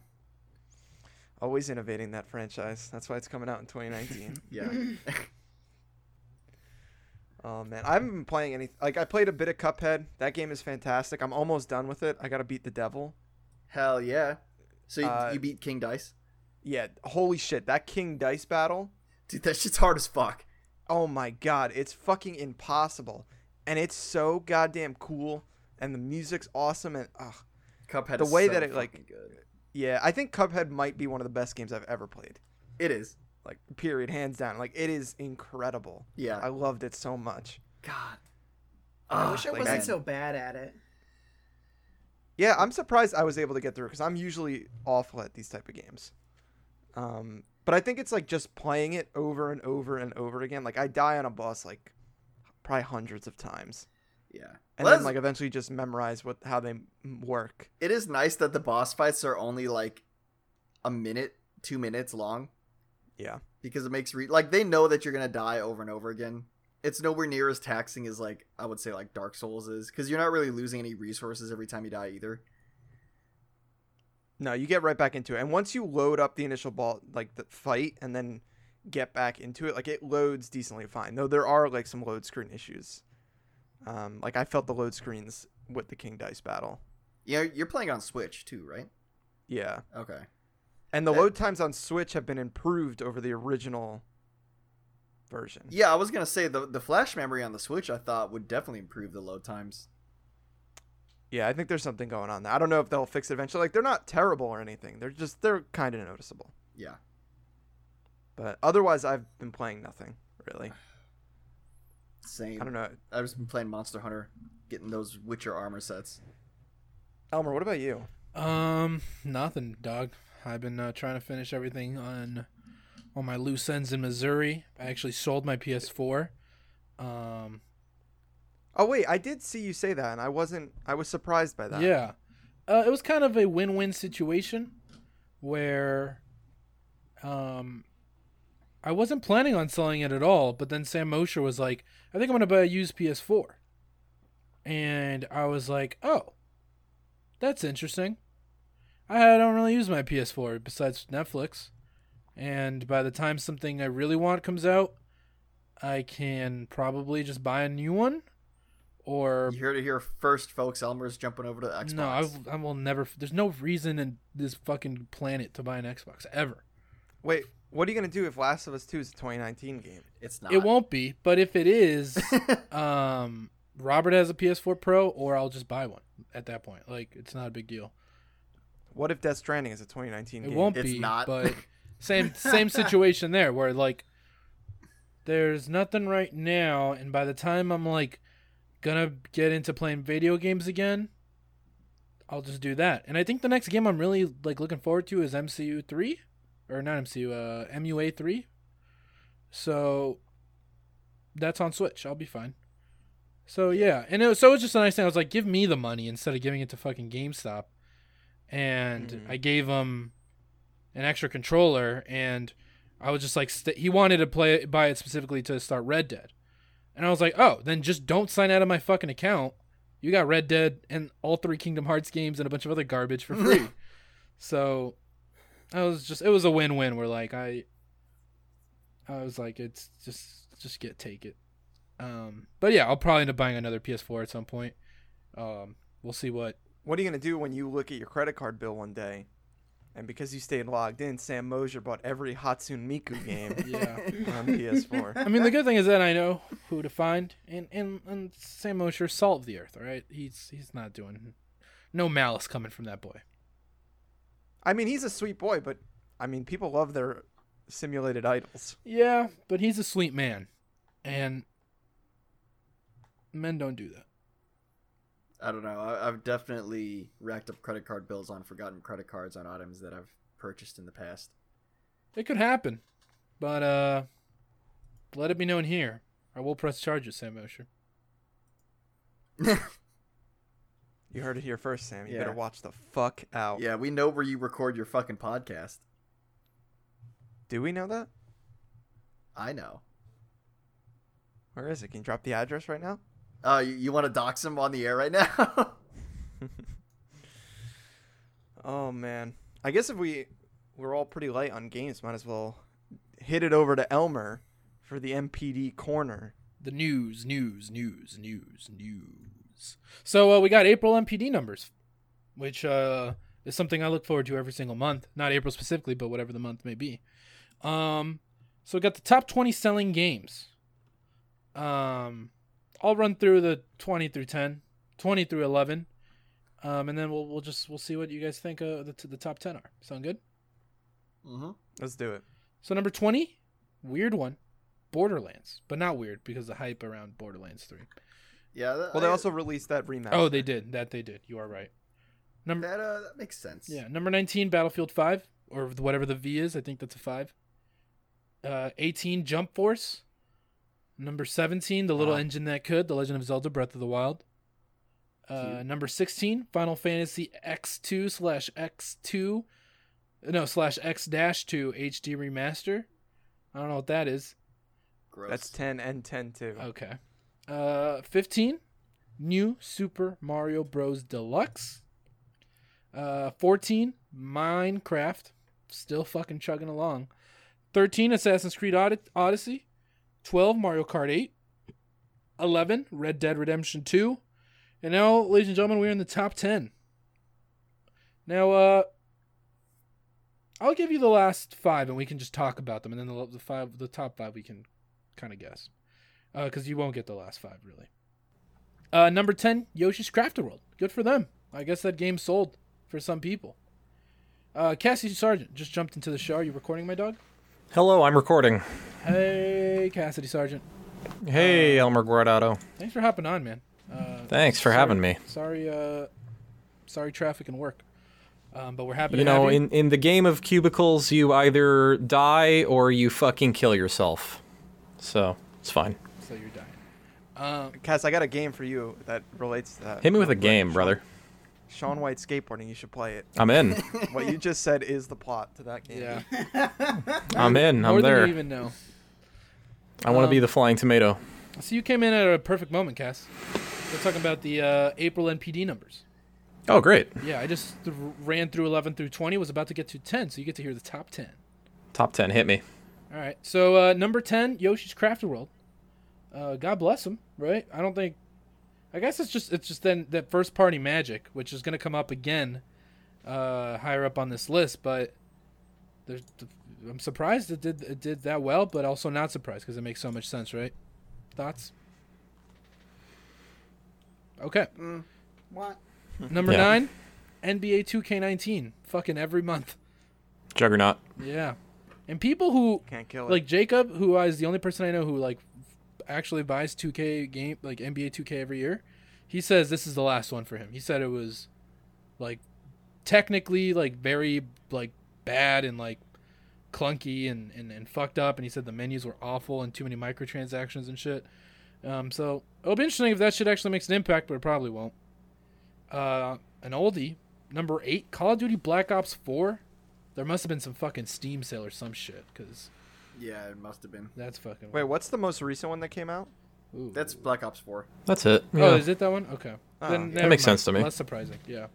S1: Always innovating that franchise. That's why it's coming out in 2019.
S3: Yeah.
S1: oh man, I haven't been playing any. Like I played a bit of Cuphead. That game is fantastic. I'm almost done with it. I gotta beat the devil.
S3: Hell yeah. So you,
S1: Uh,
S3: you beat King Dice?
S1: Yeah, holy shit, that King Dice battle.
S3: Dude, that shit's hard as fuck.
S1: Oh my god, it's fucking impossible, and it's so goddamn cool, and the music's awesome, and ugh.
S3: Cuphead
S1: The
S3: is
S1: way
S3: so
S1: that it, like-
S3: fucking good.
S1: Yeah, I think Cuphead might be one of the best games I've ever played.
S3: It is.
S1: Like period, hands down. Like it is incredible.
S3: Yeah.
S1: I loved it so much.
S3: God.
S2: I
S3: Ah,
S2: wish I
S3: like,
S2: wasn't
S3: man.
S2: so bad at it.
S1: Yeah, I'm surprised I was able to get through because I'm usually awful at these type of games. Um, but I think it's like just playing it over and over and over again. Like I die on a boss like probably hundreds of times,
S3: Yeah.
S1: and
S3: well,
S1: then
S3: that's-
S1: like eventually just memorize what how they m- work.
S3: it is nice that the boss fights are only like a minute, two minutes long.
S1: Yeah.
S3: Because it makes re- like they know that you're gonna die over and over again. It's nowhere near as taxing as like I would say like Dark Souls is, because you're not really losing any resources every time you die either.
S1: No, you get right back into it, and once you load up the initial ball like the fight, and then get back into it, like it loads decently fine. Though there are like some load screen issues. Um, like I felt the load screens with the King Dice battle.
S3: Yeah, you're playing on Switch too, right?
S1: Yeah.
S3: Okay.
S1: And the
S4: Uh,
S3: That-
S1: load times on Switch have been improved over the original version.
S3: Yeah, I was gonna say the the flash memory on the Switch I thought would definitely improve the load times.
S1: Yeah, I think there's something going on there. I don't know if they'll fix it eventually. Like they're not terrible or anything. They're just they're kind of noticeable.
S3: Yeah.
S1: But otherwise, I've been playing nothing really.
S3: Same.
S1: I don't know,
S3: I've just been playing Monster Hunter, getting those Witcher armor sets.
S1: Elmer. What about you?
S4: Um, nothing, dog. I've been uh, trying to finish everything on on my loose ends in Missouri. I actually sold my PS4. Um,
S1: Oh wait, I did see you say that, and I wasn't. I was surprised by that.
S4: yeah, uh, it was kind of a win-win situation where, um, I wasn't planning on selling it at all. But then Sam Mosher was like, "I think I'm gonna buy a used PS4," and I was like, "Oh, that's interesting." I don't really use my PS4 besides Netflix, and by the time something I really want comes out, I can probably just buy a new one, or
S3: You heard it here first, folks. Elmer's jumping over to the Xbox.
S4: no, I, I will never. There's no reason in this fucking planet to buy an Xbox ever.
S1: Wait, what are you gonna do if Last of Us Two is a 2019 game?
S3: it's not.
S4: It won't be, but if it is, um, Robert has a PS4 Pro, or I'll just buy one at that point. Like it's not a big deal.
S1: What if Death Stranding is a 2019
S4: It
S1: game?
S4: won't
S3: It's
S4: be,
S3: not.
S4: but same same situation there, where like there's nothing right now, and by the time I'm like gonna get into playing video games again, I'll just do that. And I think the next game I'm really like looking forward to is MCU three, or not MCU, uh, MUA three. So that's on Switch. I'll be fine. So yeah, and it was, so it was just a nice thing. I was like, give me the money instead of giving it to fucking GameStop, and
S1: Mhm.
S4: I gave him an extra controller, and I was just like, st- he wanted to play it, buy it specifically to start Red Dead, and I was like, oh, then just don't sign out of my fucking account. You got Red Dead and all three Kingdom Hearts games and a bunch of other garbage for free. so I was just, it was a win-win. Where like I, I was like, it's just, just get take it. Um, but yeah, I'll probably end up buying another PS4 at some point. Um, we'll see what.
S1: What are you gonna do when you look at your credit card bill one day, and because you stayed logged in, Sam Mosher bought every Hatsune Miku game
S4: Yeah,
S1: on PS4.
S4: I mean the good thing is that I know who to find, and and and Sam Mosher salt of the earth. All right, he's he's not doing no malice coming from that boy.
S1: I mean, he's a sweet boy, but I mean, people love their simulated idols.
S4: Yeah, but he's a sweet man, and men don't do that.
S3: I don't know. I, I've definitely racked up credit card bills on forgotten credit cards on items that I've purchased in the past.
S4: It could happen, but uh, let it be known here. I will press charges, Sam Mosher.
S1: You heard it here first, Sam. You
S3: Yeah.
S1: better watch the fuck out.
S3: Yeah, we know where you record your fucking podcast.
S1: Do we know that?
S3: I know.
S1: Where is it? Can you drop the address right now?
S3: Uh, you, you want to dox him on the air right now?
S1: Oh man. I guess if we we're all pretty light on games, might as well hit it over to Elmer for the MPD corner.
S4: The news, news, news, news, news. So uh, we got April MPD numbers, which uh, is something I look forward to every single month. Not April specifically, but whatever the month may be. Um, so we got the top 20 selling games. Um, I'll run through the 20 through 10, 20 through 11, um, and then we'll we'll just we'll see what you guys think uh, the the top 10 are. Sound good?
S3: mm-hmm.
S1: Let's do it.
S4: So number 20, weird one, Borderlands, but not weird because the hype around Borderlands 3.
S3: Yeah. that-
S1: Well, they
S3: I-
S1: also released that remaster.
S4: Oh, they did. That they did. You are right. Number
S3: That uh, that makes sense.
S4: yeah, number nineteen, Battlefield Five, or whatever the V is. I think that's a five. Uh, eighteen, Jump Force. Number seventeen, The Little
S1: Wow.
S4: Engine That Could, The Legend of Zelda: Breath of the Wild. Uh,
S3: Cute.
S4: number sixteen, Final Fantasy X two slash X two, no slash X dash two HD remaster. I don't know what that is.
S3: Gross.
S1: That's 10 and 10 too.
S4: Okay. Uh, 15, New Super Mario Bros. Deluxe. Uh, 14, Minecraft. Still fucking chugging along. 13, Assassin's Creed Odys- Odyssey. 12, Mario Kart 8. 11, Red Dead Redemption 2. And now, ladies and gentlemen, we're in the top 10. Now, uh, I'll give you the last five, and we can just talk about them, and then the, the five, Uh, the top five, we can kind of guess because you won't get the last five really. Uh, number ten, Yoshi's Crafted World. Good for them. I guess that game sold for some people. Uh, Cassie Sargent just jumped into the show. Are you recording, my dog?
S5: Hello, I'm recording.
S4: Hey, Cassidy Sargent.
S5: Hey, Elmer Guardado.
S4: Thanks for hopping on, man. Uh,
S5: Thanks for
S4: sorry-
S5: having me.
S4: Sorry, uh, sorry, traffic and work. Um, but we're happy
S5: You
S4: to have
S5: know,
S4: you.
S5: in, in the game of cubicles, you either die or you fucking kill yourself. So it's fine.
S4: so you're dying. Um,
S1: Cass, I got a game for you that relates to that.
S5: Hit me with a
S1: Real quick.
S5: game, brother.
S1: Sean White skateboarding. You should play it.
S5: I'm in.
S1: What you just said is the plot to that game.
S4: yeah,
S5: I'm in.
S4: more
S5: I'm
S4: than
S5: there.
S4: you even know.
S5: I want to be
S4: Um,
S5: the flying tomato.
S4: So you came in at a perfect moment, Cass. We're talking about the uh, April NPD numbers.
S5: Oh, great.
S4: Yeah, I just th- ran through 11 through 20. Was about to get to 10, so you get to hear the top 10.
S5: Top 10. Hit me.
S4: All right. So uh, number ten, Yoshi's Crafted World. Uh, God bless him, right? I don't think. I guess it's just it's just then that first party magic, which is going to come up again, uh, higher up on this list. But there's, I'm surprised it did it did that well, but also not surprised because it makes so much sense, right? Thoughts? Okay.
S2: What?
S4: Number
S5: Yeah.
S4: nine, NBA 2K19. Fucking every month.
S5: Juggernaut.
S4: Yeah. And people who
S1: Can't kill it.
S4: like Jacob, who is the only person I know who like actually buys 2K game like NBA 2K every year. He says this is the last one for him. He said it was like technically like very like bad and like clunky and, and, and fucked up and he said the menus were awful and too many microtransactions and shit. Um, so it'll be interesting if that shit actually makes an impact, but it probably won't. Uh, an oldie, number eight, Call of Duty Black Ops 4. There must have been some fucking Steam sale or some shit, because
S3: Yeah, it must have been.
S4: that's fucking.
S1: Wait, what's the most recent one that came out?
S4: Ooh.
S3: That's Black Ops 4.
S5: That's it.
S4: Oh,
S5: Yeah.
S4: is it that one? Okay.
S1: Oh,
S4: then
S1: yeah. That
S4: never
S5: makes
S4: mind.
S5: sense to me.
S4: Less surprising. Yeah.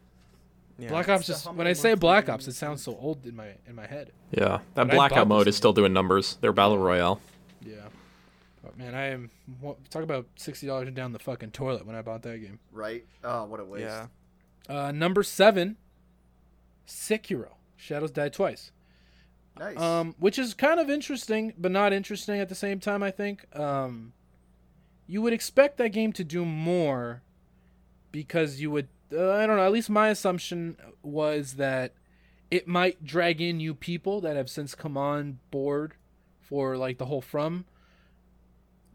S1: Yeah.
S4: Black
S2: That's
S4: Ops
S2: the
S4: just
S2: humble
S4: when I say
S2: ones
S4: Black
S2: that
S4: Ops,
S2: we
S4: it sounds so old in my in my head.
S5: Yeah.
S4: But
S5: That
S4: I bought
S5: blackout mode
S4: this
S5: is still doing numbers. They're battle royale.
S4: Yeah. But man, I am wha- talk about sixty dollars down the fucking toilet when I bought that game.
S3: Right? Oh, what a waste.
S1: Yeah.
S4: Uh, number seven, Sekiro: Shadows Die Twice.
S3: Nice.
S4: Um, which is kind of interesting, but not interesting at the same time. I think um, you would expect that game to do more because you would. Uh, I don't know. At least my assumption was that it might drag in new people that have since come on board for like the whole From.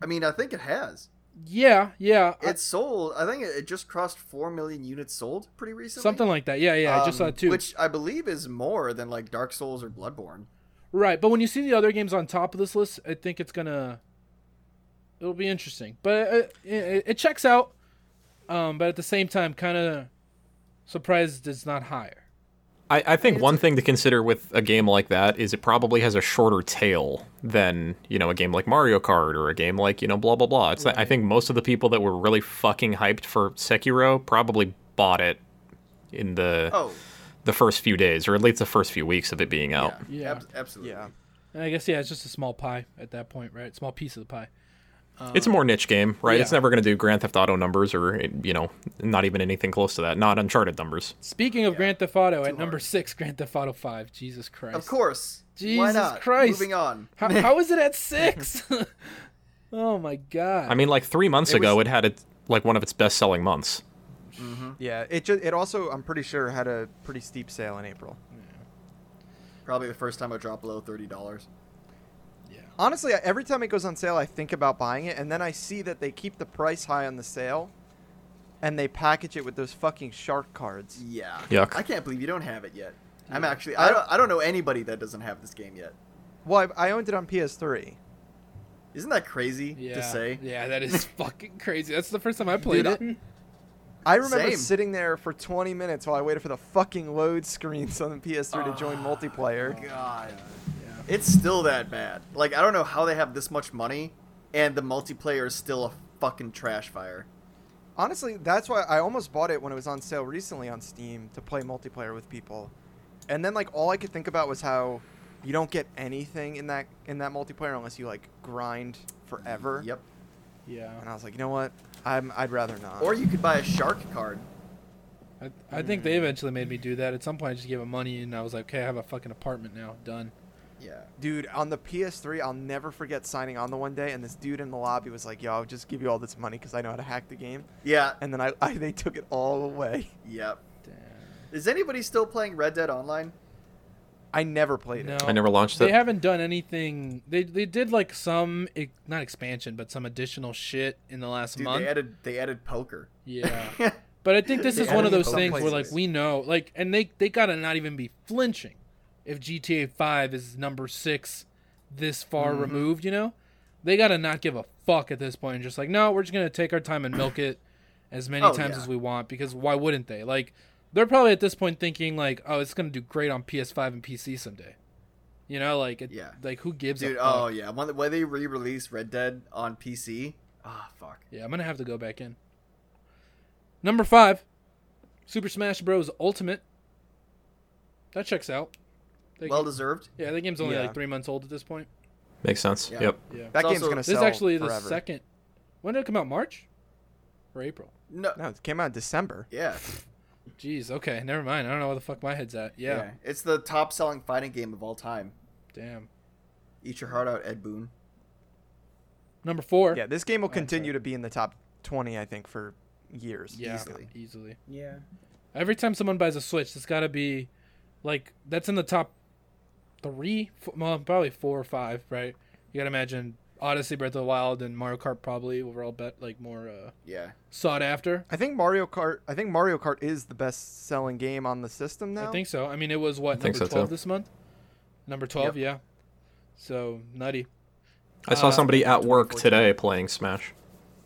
S3: I mean, I think it has.
S4: Yeah, yeah, uh, I-
S3: It sold. I think it it just crossed four million units sold pretty recently.
S4: something like that. Yeah, yeah. I just saw
S3: Um,
S4: it too.
S3: Which I believe is more than like Dark Souls or Bloodborne.
S4: Right, but when you see the other games on top of this list, I think it's gonna it'll be interesting. But uh, it, it checks out, um, but at the same time, kind of surprised it's not higher.
S5: I, I think one thing to consider with a game like that is it probably has a shorter tail than you know a game like Mario Kart or a game like you know blah blah blah. It's I think most of the people that were really fucking hyped for Sekiro probably bought it in the
S3: Oh,
S5: the first few days or at least the first few weeks of it being out.
S4: Yeah.
S3: Ab- absolutely.
S1: Yeah.
S4: And I guess yeah, it's just a small pie at that point, right? Small piece of the pie.
S5: it's a more niche game, right? It's
S4: yeah.
S5: never going to do Grand Theft Auto numbers or you know not even anything close to that. Not Uncharted numbers.
S4: Speaking of Grand Theft Auto, at number
S3: hard.
S4: six, Grand Theft Auto Five. Jesus Christ!
S3: Of course. Why
S4: Jesus
S3: not?
S4: Christ.
S3: Moving on.
S4: How, how is it at six? oh my god!
S5: I mean, like three months ago,
S3: was-
S5: it had it like one of its best selling months.
S1: Yeah. It just it also I'm pretty sure had a pretty steep sale in April.
S3: Probably the first time I dropped below thirty dollars.
S1: Honestly, I- every time it goes on sale, I think about buying it, and then I see that they keep the price high on the sale, and they package it with those fucking shark cards.
S3: Yeah.
S5: Yuck.
S3: I can't believe you don't have it yet. I'm actually. I don't. I don't know anybody that doesn't have this game yet.
S1: Well, I, I owned it on PS3.
S3: Isn't that crazy
S4: yeah,
S3: to say?
S4: yeah, that is fucking crazy. That's the first time I played it.
S1: I remember
S3: Same.
S1: sitting there for 20 minutes while I waited for the fucking load screens on the PS3 to join multiplayer.
S3: Oh, God. It's still that bad. Like I don't know how they have this much money, and the multiplayer is still a fucking trash fire.
S1: Honestly, that's why I almost bought it when it was on sale recently on Steam to play multiplayer with people. And then like all I could think about was how you don't get anything in that in that multiplayer unless you like grind forever.
S3: Yep.
S4: Yeah.
S1: And I was like, you know what? I'm I'd rather not.
S3: Or you could buy a shark card.
S4: I, I think they eventually made me do that. At some point, I just gave them money, and I was like, okay, I have a fucking apartment now. Done.
S3: Yeah.
S1: Dude, on the PS3, I'll never forget signing on the one day, and this dude in the lobby was like, "Yo, I'll just give you all this money because I know how to hack the game."
S3: Yeah.
S1: And then I, I they took it all away.
S3: Yep. Is anybody still playing Red Dead Online?
S1: I never played
S4: No,
S1: it.
S5: I never launched
S4: They
S5: it.
S4: haven't done anything. They they did like some ex- not expansion, but some additional shit in the last
S3: Dude,
S4: month.
S3: they added they added poker.
S4: yeah. But I think this
S3: They
S4: is one of
S3: added
S4: those
S3: some
S4: things where like
S3: places.
S4: we know like and they they got to not even be flinching if GTA 5 is number 6 this far
S3: Mm-hmm.
S4: removed, you know? They got to not give a fuck at this point and just like, "No, we're just going to take our time and milk it as many
S3: Oh,
S4: times
S3: yeah.
S4: as we want because why wouldn't they?" Like they're probably at this point thinking like, "Oh, it's going to do great on PS5 and PC someday." You know, like it,
S3: Yeah.
S4: like who gives
S3: Dude,
S4: a fuck?
S3: oh yeah, when, when they re-release Red Dead on PC, ah fuck.
S4: Yeah, I'm gonna have to go back in. Number five, Super Smash Bros. Ultimate. That checks out. That
S3: Well
S4: game-
S3: deserved.
S4: yeah, that game's only
S1: Yeah.
S4: like three months old at this point.
S5: Makes sense.
S3: Yeah.
S5: Yep.
S4: Yeah,
S1: That
S3: It's
S1: game's
S3: also-
S1: gonna
S4: this
S1: sell
S4: is actually
S1: forever.
S4: the second. When did it come out? March or April?
S3: No.
S1: No, it came out in December.
S3: Yeah.
S4: Jeez. Okay, never mind. I don't know where the fuck my head's at. Yeah.
S3: It's the top-selling fighting game of all time.
S4: Damn.
S3: Eat your heart out, Ed Boon.
S4: Number four.
S1: Yeah, this game will
S4: Oh, sorry.
S1: continue to be in the top 20, I think, for years.
S4: Yeah,
S3: easily.
S4: Easily.
S2: Yeah.
S4: Every time someone buys a Switch, it's got to be like that's in the top three, four, well, probably four or five, right? You got to imagine Odyssey, Breath of the Wild, and Mario Kart probably were all bet like more uh,
S3: Yeah.
S4: sought after.
S1: I think Mario Kart. I think Mario Kart is the best-selling game on the system now.
S4: I think so. I mean, it was what
S5: I think
S4: number
S5: so,
S4: twelve
S5: too.
S4: this month. Number twelve, yeah. So nutty,
S5: I saw
S4: Uh,
S5: somebody at work today playing Smash.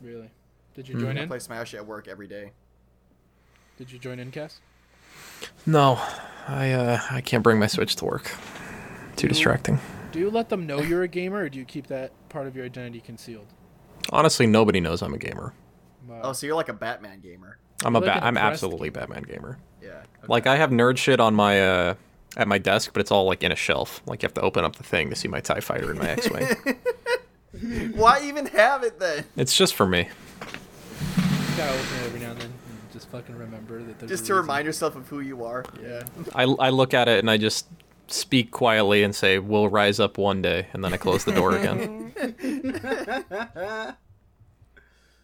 S4: really. Did
S5: Mm-hmm.
S4: you join
S3: I
S4: in?
S3: play Smash at work every day.
S4: Did you join in, Cass?
S5: No, I uh, I can't bring my Switch to work. Too distracting.
S4: Do you let them know you're a gamer, or do you keep that part of your identity concealed?
S5: Honestly, nobody knows I'm a gamer.
S4: Wow.
S3: Oh, so you're like a Batman gamer.
S5: I'm a
S4: Like
S5: ba-
S4: an
S5: I'm
S4: oppressed-
S5: absolutely Batman gamer.
S3: Yeah.
S5: Like I have nerd shit on my uh at my desk, but it's all like in a shelf. Like you have to open up the thing to see my Tie Fighter and my X-wing.
S3: Why even have it then?
S5: it's just for me.
S4: gotta open it every now and then. and Just fucking remember that. there's
S3: Just
S4: a
S3: to
S4: reason.
S3: remind yourself of who you are.
S4: Yeah.
S5: I I look at it and I just speak quietly and say, "We'll rise up one day," and then I close the door again.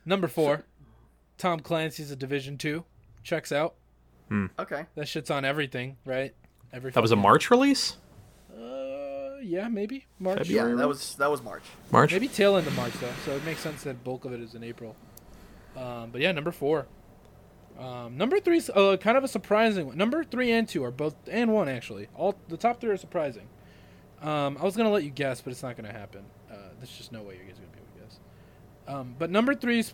S4: Number four, Tom Clancy's a Division Two. Checks out.
S3: Okay.
S4: That shit's on everything, right? Every
S5: That was a
S4: fucking-
S5: March release.
S4: Uh, yeah, maybe March.
S5: February?
S3: Yeah, that was that was March.
S5: March.
S4: Maybe tail end of March though, so it makes sense that bulk of it is in April. Um, but yeah, number four. Um, number three is uh, kind of a surprising one. Number three and two are both, and one actually. All the top three are surprising. Um, I was gonna let you guess, but it's not gonna happen. Uh, there's just no way you guys are gonna be able to guess. Um, but number three is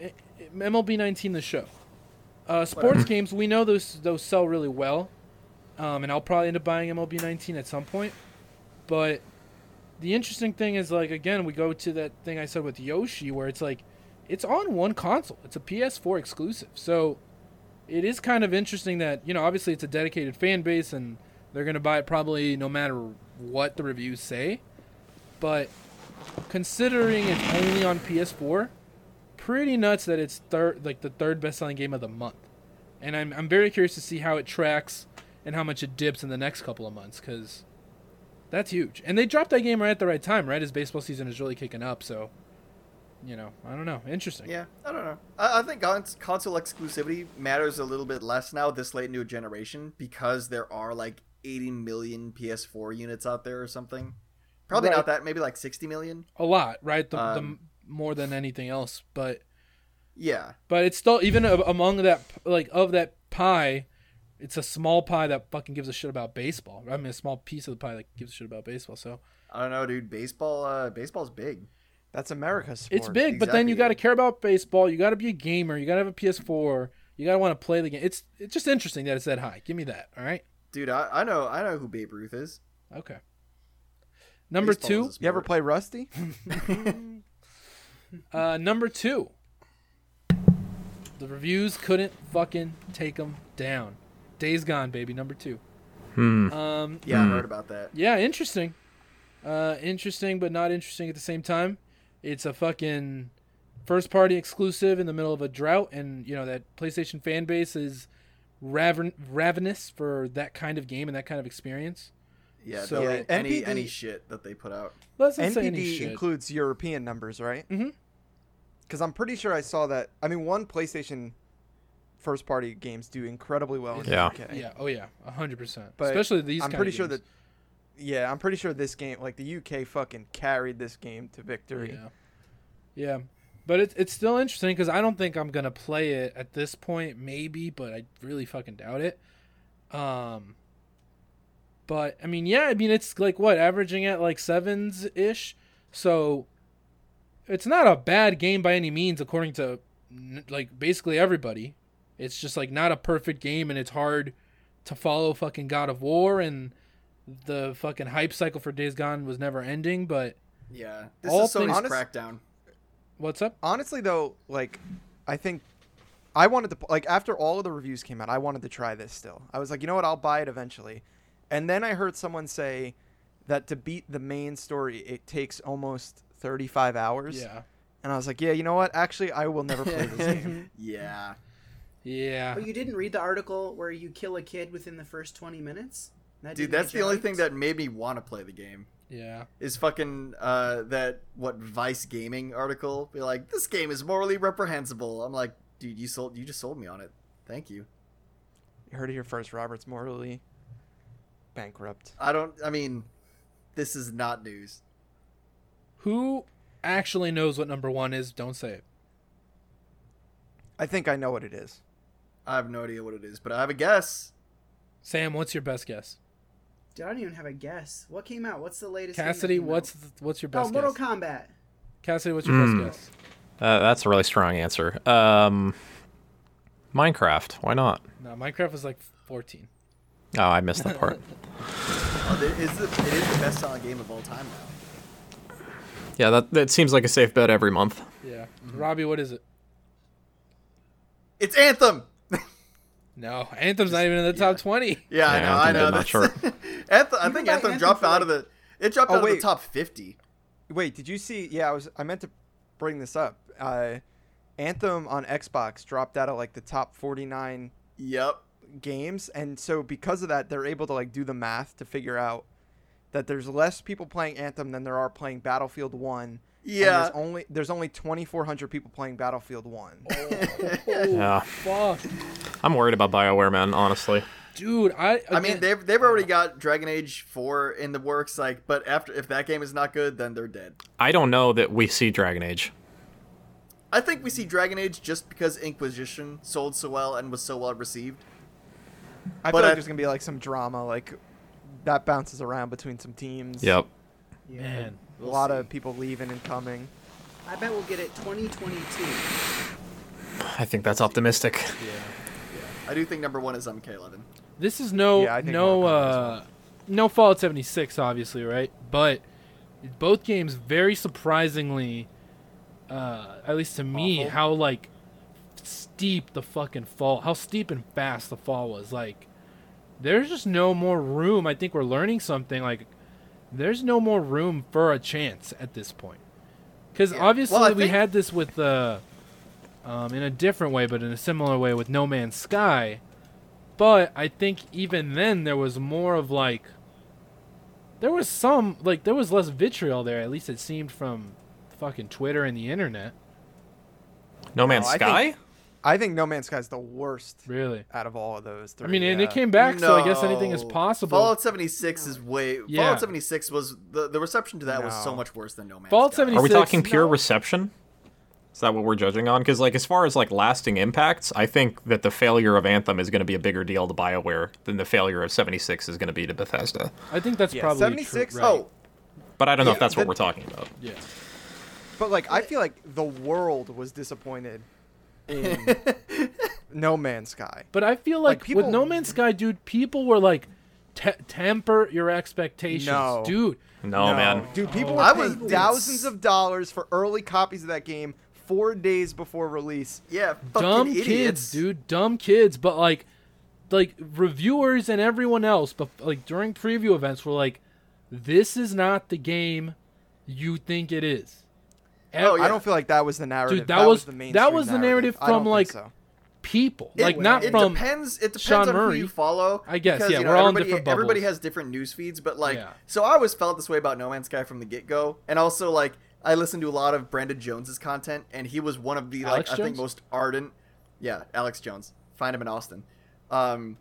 S4: eh, eh, MLB 19, the show. Uh, sports games, we know those those sell really well, um, and I'll probably end up buying MLB 19 at some point. But the interesting thing is like again we go to that thing I said with Yoshi where it's like it's on one console. It's a PS4 exclusive. So it is kind of interesting that, you know, obviously it's a dedicated fan base and they're going to buy it probably no matter what the reviews say. But considering it's only on PS4, pretty nuts that it's third like the third best-selling game of the month. And I'm I'm very curious to see how it tracks and how much it dips in the next couple of months cuz that's huge. And they dropped that game right at the right time, right? As baseball season is really kicking up, so you know, I don't know. Interesting.
S3: Yeah, I don't know. I, I think cons- console exclusivity matters a little bit less now this late into a generation because there are like 80 million PS4 units out there or something. Probably
S4: Right.
S3: not that, maybe like 60 million.
S4: a lot, right? The, the
S3: Um,
S4: more than anything else, but
S3: Yeah,
S4: but it's still even a- among that like of that pie, it's a small pie that fucking gives a shit about baseball. I mean, a small piece of the pie that gives a shit about baseball. So
S3: I don't know, dude. Baseball, uh, baseball's big.
S1: That's America's sport.
S4: it's big, but then
S3: Exactly,
S4: you
S3: yeah.
S4: got to care about baseball. You got to be a gamer. You got to have a PS4. You got to want to play the game. It's it's just interesting that it's that high. Give me that. All right.
S3: Dude, I, I know, I know who Babe Ruth is.
S4: Okay. Number
S3: Baseball
S4: two.
S3: is a
S1: You ever
S3: sport.
S1: play Rusty?
S4: Uh, number two. The reviews couldn't fucking take them down. Days Gone, baby. Number two. Um,
S3: Yeah, I heard about that.
S4: yeah, interesting. Uh, interesting, but not interesting at the same time. It's a fucking first party exclusive in the middle of a drought, and you know that PlayStation fan base is raven- ravenous for that kind of game and that kind of experience.
S3: Yeah,
S1: So,
S3: so
S1: yeah,
S3: any
S1: NPD
S3: any shit that they put out.
S4: Let's not say any
S1: NPD
S4: shit.
S1: includes European numbers, right?
S4: Mhm.
S1: Because I'm pretty sure I saw that. I mean, one PlayStation first party games do incredibly well in
S5: Yeah.
S1: the UK.
S4: yeah. Oh yeah. hundred percent.
S1: But
S4: Especially these.
S1: I'm
S4: kinda
S1: pretty sure
S4: games.
S1: that. Yeah, I'm pretty sure this game, like the UK, fucking carried this game to victory.
S4: Yeah. Yeah. But it's it's still interesting because I don't think I'm gonna play it at this point. Maybe, but I really fucking doubt it. Um. But I mean, yeah. I mean, it's like what averaging at like sevens ish. So it's not a bad game by any means, according to n- like basically everybody. It's just like not a perfect game, and it's hard to follow fucking God of War, and the fucking hype cycle for Days Gone was never ending. But
S3: Yeah, this
S4: All
S3: is Sony's
S1: things-
S3: crackdown.
S4: what's up?
S1: Honestly, though, like, I think I wanted to like after all of the reviews came out, I wanted to try this. Still, I was like, you know what, I'll buy it eventually. And then I heard someone say that to beat the main story, it takes almost 35 hours.
S4: Yeah.
S1: And I was like, yeah, you know what? Actually, I will never play this game.
S3: Yeah,
S4: Yeah.
S2: But you didn't read the article where you kill a kid within the first 20 minutes? That
S3: dude,
S2: didn't
S3: that's
S2: get
S3: the only
S2: you
S3: thing
S2: hyped?
S3: that made me want to play the game.
S4: Yeah.
S3: Is fucking uh that what Vice Gaming article? Be like, this game is morally reprehensible. I'm like, dude, you sold, you just sold me on it. Thank you.
S1: you heard it here first. Robert's morally bankrupt.
S3: I don't. I mean, this is not news.
S4: Who actually knows what number one is? Don't say it.
S1: I think I know what it is.
S3: I have no idea what it is, but I have a guess.
S4: Sam, what's your best guess?
S2: Dude, I don't even have a guess. What came out? What's the latest? thing that
S4: Cassidy,
S2: came out?
S4: what's th- what's your
S2: Oh,
S4: best
S2: Mortal
S4: guess?
S2: Kombat.
S4: Cassidy, what's your
S1: Hmm.
S5: Mm.
S4: best guess?
S5: Uh, that's a really strong answer. Um, Minecraft. Why not?
S4: No, Minecraft was like 14.
S5: Oh, I missed that part.
S3: Oh, it is the, it is the best selling game of all time now.
S5: yeah, that that seems like a safe bet every month.
S4: Yeah. Robbie, what is it?
S3: It's Anthem.
S4: No, Anthem's not even in the top 20.
S3: Yeah,
S5: Yeah,
S3: I
S5: Anthem
S3: know. I know.
S5: did not
S3: that's-
S5: chart.
S3: Anthem, I
S2: You
S3: think
S2: buy
S3: Anthem
S2: Anthem
S3: dropped
S2: for,
S3: out
S2: like-
S3: of the. It dropped
S1: Oh,
S3: out of the
S1: wait.
S3: top fifty.
S1: Wait, did you see? Yeah, I was. I meant to bring this up. Uh, Anthem on Xbox dropped out of like the top 49
S3: Yep.
S1: games, and so because of that, they're able to like do the math to figure out that there's less people playing Anthem than there are playing Battlefield One. and
S3: Yeah.
S1: there's only there's only 2,400 people playing Battlefield One.
S3: Oh,
S5: Yeah.
S4: Fuck.
S5: I'm worried about Bioware, man. Honestly.
S4: Dude, I.
S3: I mean,
S4: again-
S3: they've they've already got Dragon Age four in the works. Like, but after if that game is not good, then they're dead.
S5: I don't know that we see Dragon Age.
S3: I think we see Dragon Age just because Inquisition sold so well and was so well received.
S1: I
S3: But
S1: feel like
S3: I-
S1: there's gonna be like some drama, like that bounces around between some teams.
S5: Yep.
S2: Yeah.
S4: Man.
S1: a lot of people leaving and coming.
S2: I bet we'll get it 2022.
S5: I think that's optimistic.
S3: I do think number one is MK11.
S4: This is no
S1: Yeah, I think
S4: no
S1: Mortal Kombat as
S4: uh no Fallout 76 obviously, right? But both games very surprisingly uh at least to me
S1: Awful.
S4: how like steep the fucking fall how steep and fast the fall was like there's just no more room. I think we're learning something like there's no more room for a chance at this point. Cuz
S3: Yeah.
S4: obviously
S3: Well, I
S4: we
S3: think-
S4: had this with uh um, in a different way, but in a similar way with No Man's Sky. But I think even then there was more of like there was some like there was less vitriol there, at least it seemed from fucking Twitter and the internet.
S5: No Man's
S1: No, I
S5: Sky.
S1: think- I think No Man's Sky is the worst
S4: Really.
S1: out of all of those three.
S4: I mean and
S1: yeah.
S4: it came back, so I guess
S3: No.
S4: anything is possible.
S3: Fallout 76 is way.
S4: Yeah.
S3: Fallout 76 was the, the reception to that was so
S1: No.
S3: much worse than No Man's
S4: Fallout
S3: Sky.
S4: 76
S5: Are we talking
S4: no.
S5: pure reception? Is that what we're judging on? Because like, as far as like lasting impacts, I think that the failure of Anthem is going to be a bigger deal to Bioware than the failure of 76 is going to be to Bethesda.
S4: I think that's
S1: Yeah,
S4: probably
S1: 76
S4: true, right?
S3: Oh,
S5: But I don't know
S3: Yeah,
S5: if that's what
S3: the-
S5: we're talking about.
S4: yeah.
S1: But like, I feel like the world was disappointed in No Man's Sky.
S4: But I feel like,
S1: Like,
S4: with
S1: people-
S4: No Man's Sky, dude, people were like t- temper your expectations,
S1: No.
S4: dude.
S5: No, man.
S1: dude, people
S4: Oh.
S1: were
S3: I was-
S1: paying thousands of dollars for early copies of that game four days before release.
S3: yeah. Fucking
S4: dumb
S3: idiots.
S4: kids, dude, dumb kids. But like, like reviewers and everyone else, but like during preview events, were like, "This is not the game you think it is."
S3: Oh,
S4: Ev-
S3: Yeah.
S1: I don't feel like that was the narrative.
S4: that was-
S1: the
S4: that
S1: main.
S4: was the narrative
S1: I don't
S4: from,
S1: think
S4: like,
S1: so.
S4: people.
S3: It-
S4: like not
S3: it
S4: from
S3: depends. It depends
S4: Sean
S3: on
S4: Murray.
S3: who you follow.
S4: I guess,
S3: because,
S4: yeah,
S3: you know,
S4: we're all in
S3: everybody,
S4: different
S3: Everybody
S4: bubbles.
S3: has different news feeds, but like,
S4: Yeah.
S3: so I always felt this way about No Man's Sky from the get go, and also like I listened to a lot of Brandon Jones's content, and he was one of the like
S4: Alex
S3: I think
S4: Jones?
S3: most ardent. Yeah, Alex Jones. Find him in Austin. Um,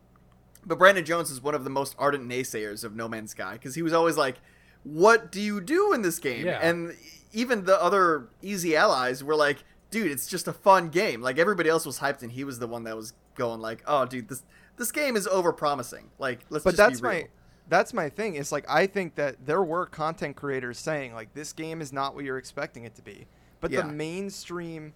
S3: but Brandon Jones is one of the most ardent naysayers of No Man's Sky because he was always like, "What do you do in this game?"
S4: Yeah.
S3: And even the other easy allies were like, "Dude, it's just a fun game." Like everybody else was hyped, and he was the one that was going like, "Oh, dude, this this game is overpromising." Like, let's
S1: but
S3: just
S1: that's
S3: be real.
S1: my that's my thing it's like i think that there were content creators saying like this game is not what you're expecting it to be but
S3: Yeah.
S1: the mainstream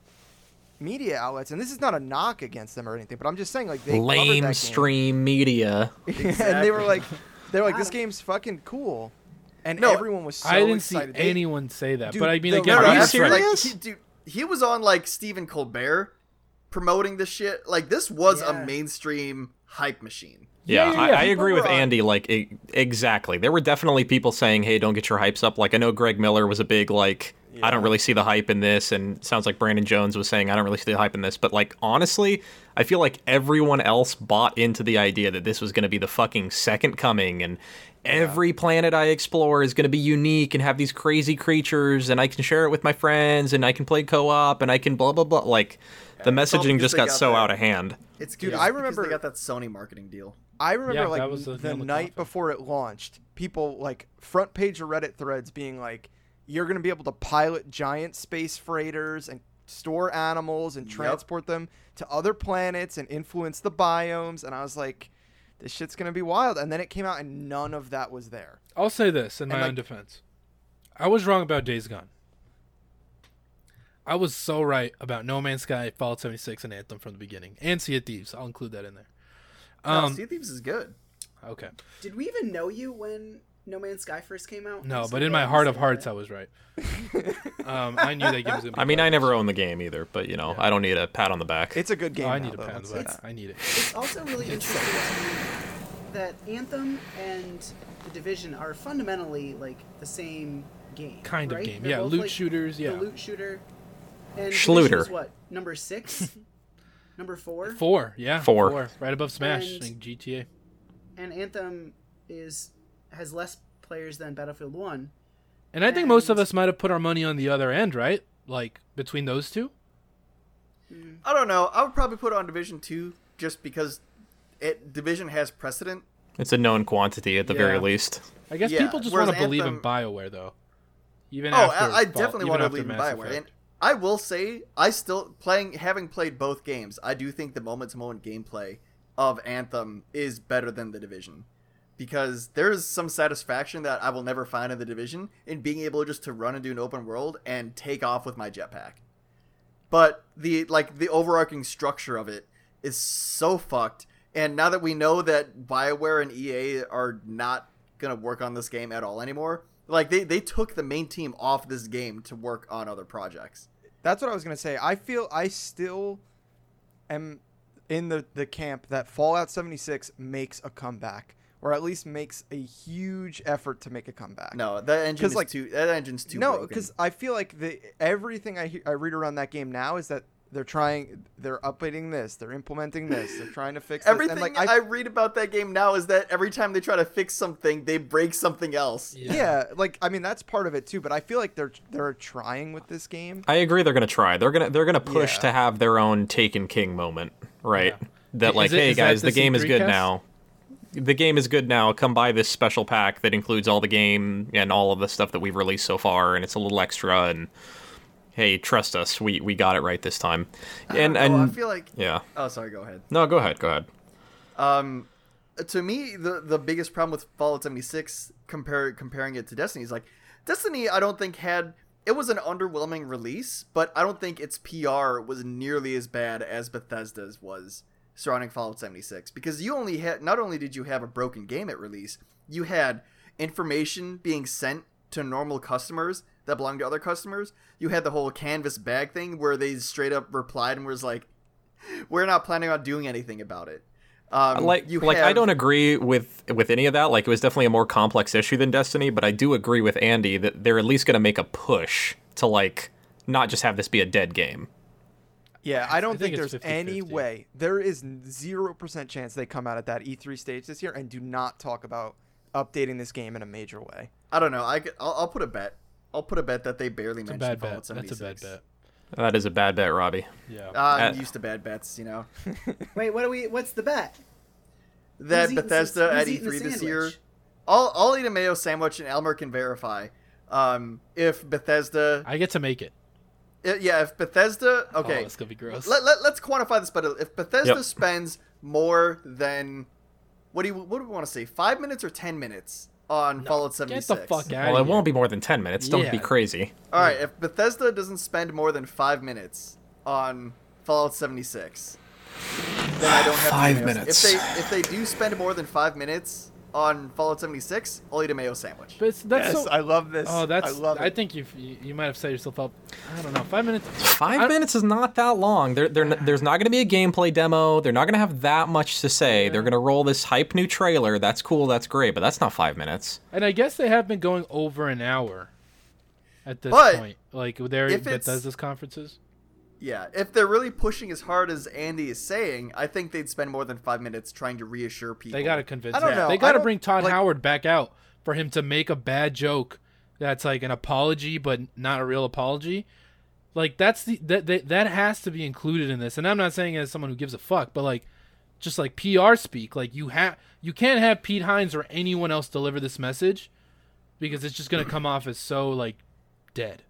S1: media outlets and this is not a knock against them or anything but i'm just saying like they covered that game.
S5: Lame stream media.
S1: and they were
S3: Exactly.
S1: like they were like
S2: I
S1: this
S2: don't-
S1: game's fucking cool and
S3: No,
S1: everyone was so
S4: I didn't see
S1: excited They-
S4: anyone say that,
S1: Dude,
S4: but I mean,
S1: the-
S4: again,
S1: No, no,
S3: Are
S4: I'm
S3: you
S1: that's
S4: sure-
S1: right.
S3: serious?
S1: serious?
S3: Like, he, dude, he was on like Stephen Colbert promoting this shit. Like, this was
S2: Yeah.
S3: a mainstream hype machine.
S5: Yeah,
S4: yeah,
S5: I,
S4: yeah,
S5: I
S4: people
S5: agree with
S1: were on-
S5: Andy. Like e- exactly, there were definitely people saying, "Hey, don't get your hypes up." Like I know Greg Miller was a big like, "I don't really see the hype in this," and it sounds like Brandon Jones was saying, "I don't really see the hype in this." But like honestly, I feel like everyone else bought into the idea that this was going to be the fucking second coming, and every planet I explore is going to be unique and have these crazy creatures, and I can share it with my friends, and I can play co-op, and I can blah blah blah. Like the
S3: all
S5: messaging
S3: because
S5: just
S3: they
S5: got,
S3: got
S5: so
S3: that.
S5: out of hand.
S3: It's
S1: Dude,
S3: it's
S1: I
S3: because
S1: remember-
S3: they got that Sony marketing deal.
S1: I remember
S4: Yeah,
S1: like
S4: that was the
S1: the,
S4: thing with
S1: night
S4: Gothic.
S1: before it launched, people like front page of Reddit threads being like, "You're gonna be able to pilot giant space freighters and store animals and transport them to other planets and influence the biomes." And I was like, "This shit's gonna be wild." And then it came out, and none of that was there.
S4: I'll say this in my
S1: like-
S4: own defense. I was wrong about Days Gone. I was so right about No Man's Sky, Fallout 76, and Anthem from the beginning, and Sea of Thieves. I'll include that in there.
S3: No,
S4: Um,
S3: sea Thieves is good.
S4: okay.
S2: Did we even know you when No Man's Sky first came out?
S4: No,
S2: Just
S4: but
S2: like,
S4: in
S2: yeah,
S4: my
S2: I'm
S4: heart
S2: so
S4: of hearts,
S2: glad.
S4: I was right. um, I knew that game was gonna be.
S5: I mean, I
S4: garbage.
S5: never owned the game either, but you know, I don't need a pat on the back.
S1: It's a good game.
S4: Oh, I
S1: now,
S4: need a
S1: though,
S4: pound
S1: let's
S4: of
S1: say.
S4: that. I need it.
S2: It's also really interesting to me that Anthem and The Division are fundamentally like the same game.
S4: Kind of
S2: right?
S4: game,
S2: They're
S4: yeah,
S2: both,
S4: loot
S2: like,
S4: shooters, yeah.
S2: The loot shooter. And
S5: Schluter.
S2: Schluter. Is what number six? number four.
S4: Four, yeah,
S5: Four.
S4: right above Smash
S2: And-
S4: and, GTA.
S2: And Anthem is has less players than Battlefield One.
S4: And I think most of
S2: And-
S4: us might have put our money on the other end, right? Like between those two.
S3: I don't know. I would probably put it on Division Two just because it Division has precedent.
S5: It's a known quantity at the very
S4: Yeah.
S5: least.
S4: I guess
S3: Yeah,
S4: people just
S3: whereas
S4: want to believe in
S3: Anthem-
S4: Bioware, though. Even
S3: oh,
S4: after
S3: I, I
S4: Fall-
S3: definitely
S4: even
S3: want to
S4: after
S3: believe in
S4: Mass
S3: Bioware.
S4: Effect.
S3: And I will say, I still playing, having played both games, I do think the moment-to-moment gameplay of Anthem is better than the Division because there is some satisfaction that I will never find in the Division in being able just to run into an open world and take off with my jetpack. But the like the overarching structure of it is so fucked. And now that we know that Bioware and EA are not gonna work on this game at all anymore, like they, they took the main team off this game to work on other projects.
S1: That's what I was gonna say. I feel I still am in the the camp that Fallout 76 makes a comeback, or at least makes a huge effort to make a comeback.
S3: No, that engine
S1: 'Cause,
S3: is
S1: like-
S3: too that engine's too
S1: no,
S3: broken.
S1: because I feel like the everything I he- I read around that game now is that they're trying, they're updating this, they're implementing this, they're trying to fix this,
S3: everything
S1: and like
S3: I, read about that game now is that every time they try to fix something, they break something else.
S1: yeah. like I mean that's part of it too, but I feel like they're they're trying with this game.
S5: I agree. They're gonna try. They're gonna they're gonna push
S1: Yeah.
S5: to have their own Taken King moment, right? That
S4: Is
S5: like,
S4: it-
S5: hey
S4: is that
S5: guys,
S4: the
S5: the game is
S4: C3
S5: good
S4: cast?
S5: now. The game is good now. Come buy this special pack that includes all the game and all of the stuff that we've released so far, and it's a little extra. And hey, trust us, we we got it right this time. And
S3: I don't know,
S5: and
S3: I feel like
S5: yeah,
S3: Oh, sorry, go ahead.
S5: no, go ahead, go ahead.
S3: Um, to me, the the biggest problem with Fallout 76 compare, comparing it to Destiny is like Destiny. I don't think had it was an underwhelming release, but I don't think its PR was nearly as bad as Bethesda's was surrounding Fallout 76 because you only had not only did you have a broken game at release, you had information being sent to normal customers that belonged to other customers. You had the whole canvas bag thing where they straight up replied and was like, "We're not planning on doing anything about it." Um,
S5: like
S3: you
S5: like I
S3: have-
S5: don't agree with with any of that. Like it was definitely a more complex issue than Destiny, but I do agree with Andy that they're at least going to make a push to like not just have this be a dead game.
S1: Yeah, I don't
S4: think
S1: think,
S4: it's
S1: there's
S4: 50-50.
S1: any way. There is 0% chance they come out at that E3 stage this year and do not talk about updating this game in a major way.
S3: I don't know. I could, I'll, I'll put a bet. I'll put a bet that they barely
S4: It's a
S3: mentioned
S4: bad bet.
S3: Fallout
S4: That's a
S3: 76.
S4: bad bet.
S5: That is a bad bet, Robbie.
S4: Yeah.
S3: Uh, I'm
S5: Uh,
S3: used to bad bets, you know.
S2: Wait, what do we? What's the bet?
S3: That
S2: Who's eating the-
S3: Bethesda
S2: who's
S3: at
S2: eating the
S3: E3 this
S2: sandwich?
S3: year. I'll, I'll eat a mayo sandwich, and Elmer can verify. Um, if Bethesda,
S4: I get to make it.
S3: uh, yeah, if Bethesda,
S4: Oh,
S3: okay,
S4: it's gonna be gross.
S3: let, let, let's quantify this better. If Bethesda
S5: Yep.
S3: spends more than what do you what do we want to say, five minutes or ten minutes on Fallout seventy
S4: get
S3: six?
S4: the fuck out.
S5: Well, it
S4: of
S5: won't be more than 10 minutes. Don't be
S4: Yeah.
S5: crazy.
S3: All right, if Bethesda doesn't spend more than five minutes on Fallout 76, then I don't have
S5: Five
S3: to do mayo-
S5: minutes.
S3: If they if they do spend more than five minutes on Fallout 76, I'll eat a mayo sandwich.
S4: But it's, that's
S1: yes,
S4: so.
S1: I love this.
S4: oh, that's.
S1: I love it.
S4: think you've, you you might have set yourself up. I don't know. Five minutes.
S5: Five
S4: I-
S5: minutes is not that long. There, there, there's not going to be a gameplay demo. They're not going to have that much to say. They're going to roll this hype new trailer. That's cool. That's great. But that's not five minutes.
S4: And I guess they have been going over an hour. At this
S3: But
S4: point, like their
S3: if it's-
S4: Bethesda's conferences.
S3: Yeah, if they're really pushing as hard as Andy is saying, I think they'd spend more than five minutes trying to reassure people.
S4: They gotta convince.
S3: I don't
S4: him.
S3: know.
S4: They
S3: I
S4: gotta
S3: don't-
S4: bring Todd
S3: like-
S4: Howard back out for him to make a bad joke that's like an apology, but not a real apology. Like that's the that that, that has to be included in this. And I'm not saying as someone who gives a fuck, but like just like PR speak, like you have you can't have Pete Hines or anyone else deliver this message because it's just gonna come off as so like dead.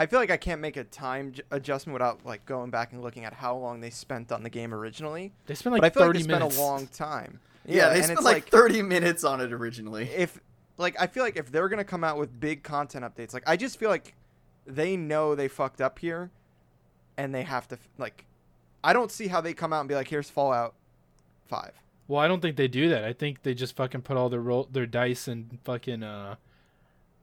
S1: I feel like I can't make a time j- adjustment without like going back and looking at how long they spent on the game originally.
S4: They spent like
S1: but I feel like
S4: thirty
S1: they spent
S4: minutes.
S1: a long time.
S3: yeah, they
S1: and
S3: spent
S1: it's
S3: like, 30 minutes on it originally.
S1: if like I feel like if they're gonna come out with big content updates, like I just feel like they know they fucked up here, and they have to f- like, I don't see how they come out and be like, here's Fallout Five.
S4: Well, I don't think they do that. I think they just fucking put all their roll their dice in fucking uh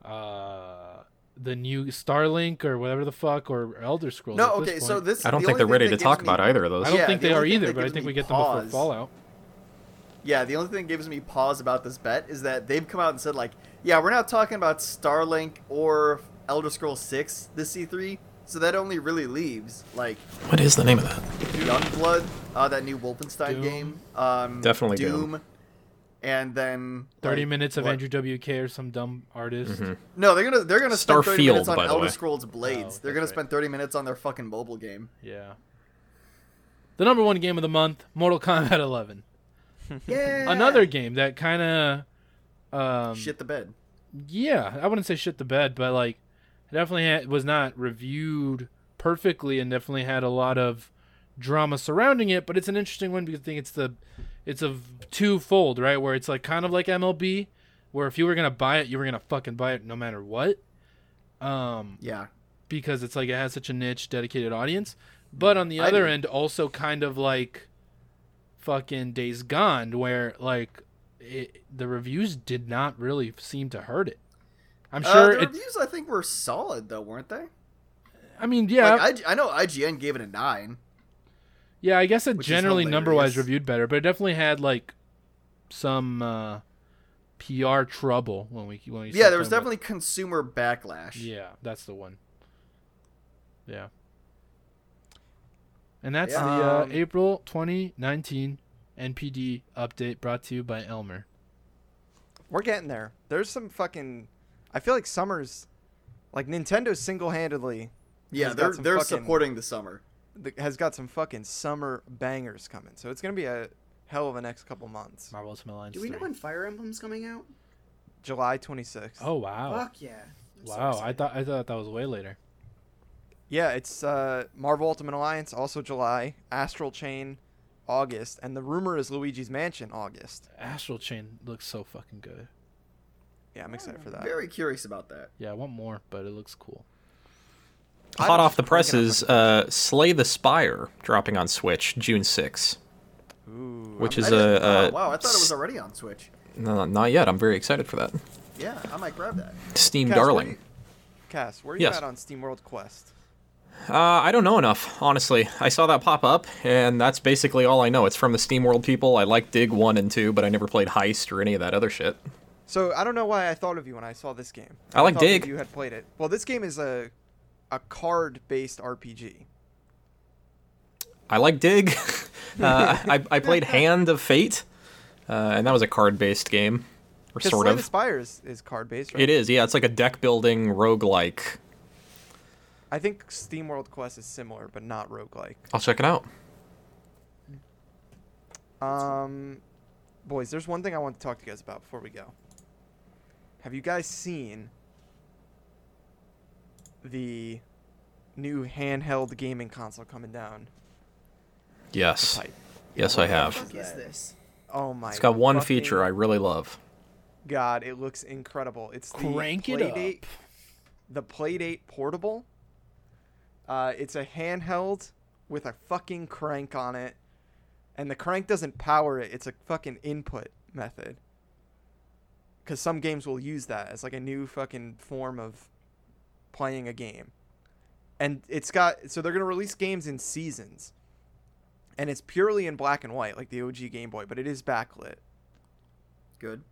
S4: uh the new Starlink or whatever the fuck or Elder Scrolls.
S3: No,
S4: at
S3: okay,
S4: this
S3: so
S4: point.
S3: this
S5: I don't
S3: the
S5: think
S3: only
S5: they're
S3: thing
S5: ready
S3: that
S5: to
S3: gives
S5: talk
S3: me-
S5: about either of those.
S4: I don't
S3: yeah,
S4: think
S3: the
S4: they are
S3: only thing
S4: either,
S3: that
S4: but I
S3: gives
S4: think
S3: me
S4: we get them
S3: pause-
S4: before Fallout.
S3: Yeah, the only thing that gives me pause about this bet is that they've come out and said like, yeah, we're not talking about Starlink or Elder Scrolls 6 this E3, so that only really leaves like
S5: What is the name of that?
S3: Youngblood, uh, that new Wolfenstein
S4: Doom.
S3: game, um,
S5: Definitely
S3: Doom,
S5: Doom.
S3: and then
S4: Thirty
S3: like,
S4: minutes of
S3: what- Mm-hmm.
S4: Andrew WK or some dumb artist.
S3: No, they're gonna they're gonna spend 30 minutes
S5: Starfield,
S3: on
S5: by the
S3: Elder
S5: way.
S3: Scrolls Blades.
S4: Oh,
S3: they're gonna
S4: that's right.
S3: spend 30 minutes on their fucking mobile game.
S4: Yeah. The number one game of the month, Mortal Kombat 11.
S2: Yeah.
S4: Another game that kind of um,
S3: Shit the bed.
S4: yeah, I wouldn't say shit the bed, but like, it definitely had, was not reviewed perfectly, and definitely had a lot of drama surrounding it. But it's an interesting one because I think it's the, it's a twofold, right? Where it's like kind of like MLB, where if you were gonna buy it, you were gonna fucking buy it no matter what. Um,
S3: Yeah,
S4: because it's like it has such a niche dedicated audience but on the
S3: Mm-hmm. I
S4: other
S3: do.
S4: end also kind of like fucking days gone where like it, the reviews did not really seem to hurt it i'm
S3: uh,
S4: sure
S3: the
S4: it
S3: reviews I think were solid though, weren't they?
S4: i mean yeah
S3: Like, I, I know IGN gave it a nine.
S4: yeah i guess it
S3: which is
S4: generally number wise
S3: hilarious.
S4: reviewed better but it definitely had like some uh pr trouble when we when we
S3: Yeah,
S4: start
S3: there was
S4: talking about-
S3: definitely consumer backlash.
S4: yeah that's the one yeah and that's
S3: Yeah.
S4: the uh,
S1: Um,
S4: April 2019 NPD update brought to you by Elmer.
S1: We're getting there. There's some fucking. I feel like summer's, like Nintendo single-handedly
S3: Yeah,
S1: He's got
S3: they're
S1: some
S3: they're
S1: fucking-
S3: supporting the summer.
S1: th- has got some fucking summer bangers coming. So it's gonna be a hell of a next couple months.
S4: Marvel Ultimate Alliance.
S2: Do we know
S4: 3.
S2: when Fire Emblem's coming out?
S1: July 26th.
S4: Oh wow!
S2: Fuck yeah. I'm so
S4: Wow, I
S2: excited.
S4: thought I thought that was way later.
S1: Yeah, it's uh, Marvel Ultimate Alliance, also July, Astral Chain, August, and the rumor is Luigi's Mansion, August.
S4: Astral Chain looks so fucking good.
S1: Yeah, I'm excited for that.
S3: Very curious about that.
S4: Yeah, I want more, but it looks cool.
S1: I
S5: Hot
S1: was
S5: off
S1: thinking
S5: the
S1: of
S5: presses, uh, Slay the Spire dropping on Switch June 6th,
S1: Ooh,
S5: which
S1: I'm-
S5: is uh,
S3: I didn't-
S5: a,
S3: oh,
S5: a
S3: wow, I thought it was already on Switch.
S5: no, not yet. I'm very excited for that.
S3: Yeah, I might grab that.
S5: Steam
S1: Cass, where
S5: Darling.
S1: you- Cass, where are you
S5: Yes.
S1: at on Steam World Quest?
S5: Uh, I don't know enough, honestly. I saw that pop up, and that's basically all I know. It's from the SteamWorld people. I like Dig 1 and 2, but I never played Heist or any of that other shit.
S1: So I don't know why I thought of you when I saw this game.
S5: I like
S1: thought that
S5: Dig.
S1: You had played it. Well, this game is a a card-based RPG.
S5: I like Dig. uh, I, I played Hand of Fate, uh, and that was a card-based game, or
S1: Because
S5: sort
S1: Slay
S5: of.
S1: the Spire is, is card based, right?
S5: It is, yeah. It's like a deck building roguelike.
S1: I think Steam World Quest is similar, but not roguelike.
S5: I'll check it out.
S1: Um, boys, there's one thing I want to talk to you guys about before we go. Have you guys seen the new handheld gaming console coming down?
S5: Yes.
S1: Pipe.
S5: Yes, I
S2: What the
S5: have.
S2: fuck is this?
S1: Oh my!
S5: It's got one
S1: fucking
S5: feature I really love.
S1: God, it looks incredible. It's the
S4: Crank it
S1: Playdate, the Playdate portable. Uh, it's a handheld with a fucking crank on it, and the crank doesn't power it. It's a fucking input method. Because some games will use that as like a new fucking form of playing a game, and it's got so they're gonna release games in seasons, and it's purely in black and white like the OG Game Boy, but it is backlit
S3: Good.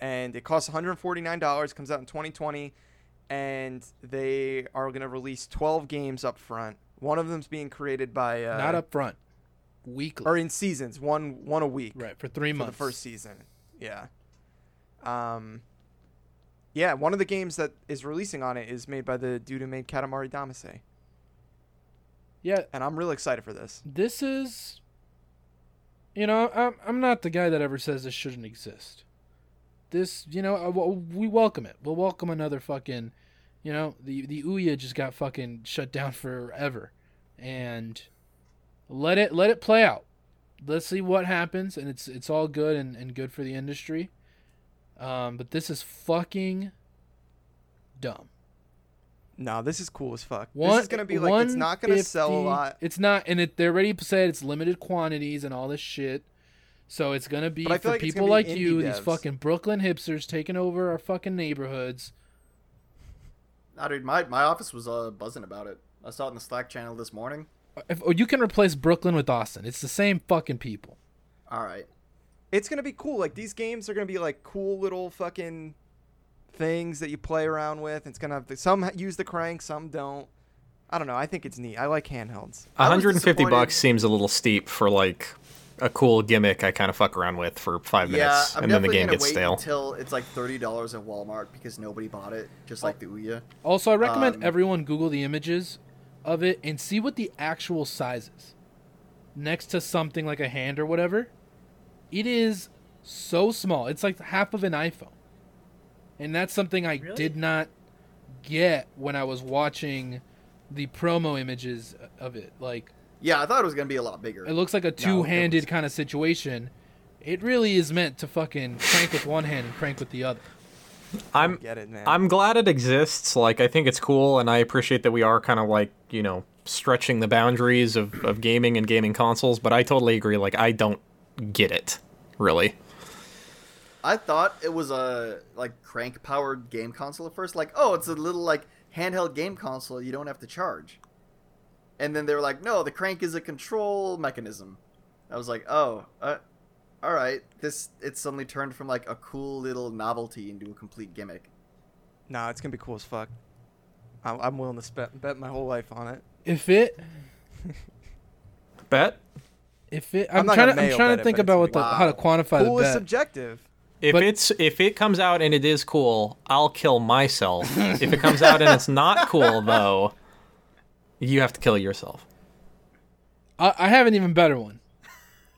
S1: and it costs $149 comes out in 2020 and they are going to release 12 games up front one of them's being created by uh,
S4: Not up front. Weekly.
S1: or in seasons one one a week
S4: right, for three
S1: for
S4: months.
S1: the first season yeah um yeah one of the games that is releasing on it is made by the dude who made katamari damacy
S4: yeah,
S1: and i'm really excited for this
S4: this is you know i'm, I'm not the guy that ever says this shouldn't exist this you know I- w- we welcome it we'll welcome another fucking you know the the ouya just got fucking shut down forever and let it let it play out let's see what happens and it's it's all good and, and good for the industry um, but this is fucking dumb
S1: no this is cool as fuck
S4: one,
S1: this is going to be like it's not going to sell a
S4: 150
S1: lot
S4: It's not, and it, they already said it's limited quantities and all this shit. So it's gonna be
S1: But I
S4: for
S1: feel like it's
S4: people
S1: gonna
S4: like
S1: be
S4: you,
S1: indie
S4: these
S1: devs.
S4: fucking Brooklyn hipsters taking over our fucking neighborhoods.
S3: I dude, my my office was uh, buzzing about it. I saw it in the Slack channel this morning.
S4: If, or you can replace Brooklyn with Austin. It's the same fucking people.
S3: All right.
S1: it's gonna be cool. Like these games are gonna be like cool little fucking things that you play around with. It's gonna have the, some use the crank, some don't. I don't know. I think it's neat. I like handhelds.
S3: I was
S5: 150
S3: disappointed-
S5: bucks seems a little steep for like a cool gimmick I kind of fuck around with for five
S3: yeah,
S5: minutes,
S3: I'm
S5: and then the
S3: definitely
S5: game
S3: gonna
S5: gets
S3: wait
S5: stale.
S3: until it's like thirty dollars at Walmart because nobody bought it, just
S1: Oh.
S3: like the Ouya.
S4: Also, I recommend
S3: Um,
S4: everyone Google the images of it and see what the actual size is. Next to something like a hand or whatever, it is so small. It's like half of an iPhone. And that's something I
S2: Really?
S4: did not get when I was watching the promo images of it. Like,
S3: Yeah, I thought it was gonna be a lot bigger.
S4: it looks like a two handed kind of situation. It really is meant to fucking crank with one hand and crank with the other.
S5: I'm
S1: Get it, man.
S5: I'm glad it exists. Like, I think it's cool, and I appreciate that we are kind of like, you know, stretching the boundaries of, of gaming and gaming consoles, but I totally agree. Like, I don't get it, really.
S3: I thought it was a like crank powered game console at first. Like, oh, it's a little like handheld game console. You don't have to charge. And then they were like, no, the crank is a control mechanism. I was like, oh, uh, all right. This it suddenly turned from like a cool little novelty into a complete gimmick.
S1: nah, it's gonna be cool as fuck. I'm, I'm willing to spe- bet my whole life on it.
S4: If it
S5: Bet
S4: If it,
S1: I'm
S4: I'm,
S1: not
S4: trying
S1: gonna
S4: to, I'm
S1: nail
S4: trying
S1: bet
S4: to
S1: it,
S4: think
S1: but it's
S4: about what the,
S1: gonna
S4: how to quantify
S1: cool
S4: the
S1: is
S4: bet.
S1: subjective.
S5: if
S4: But-
S5: it's if it comes out and it is cool, I'll kill myself. if it comes out and it's not cool, though, you have to kill yourself.
S4: I, I have an even better one.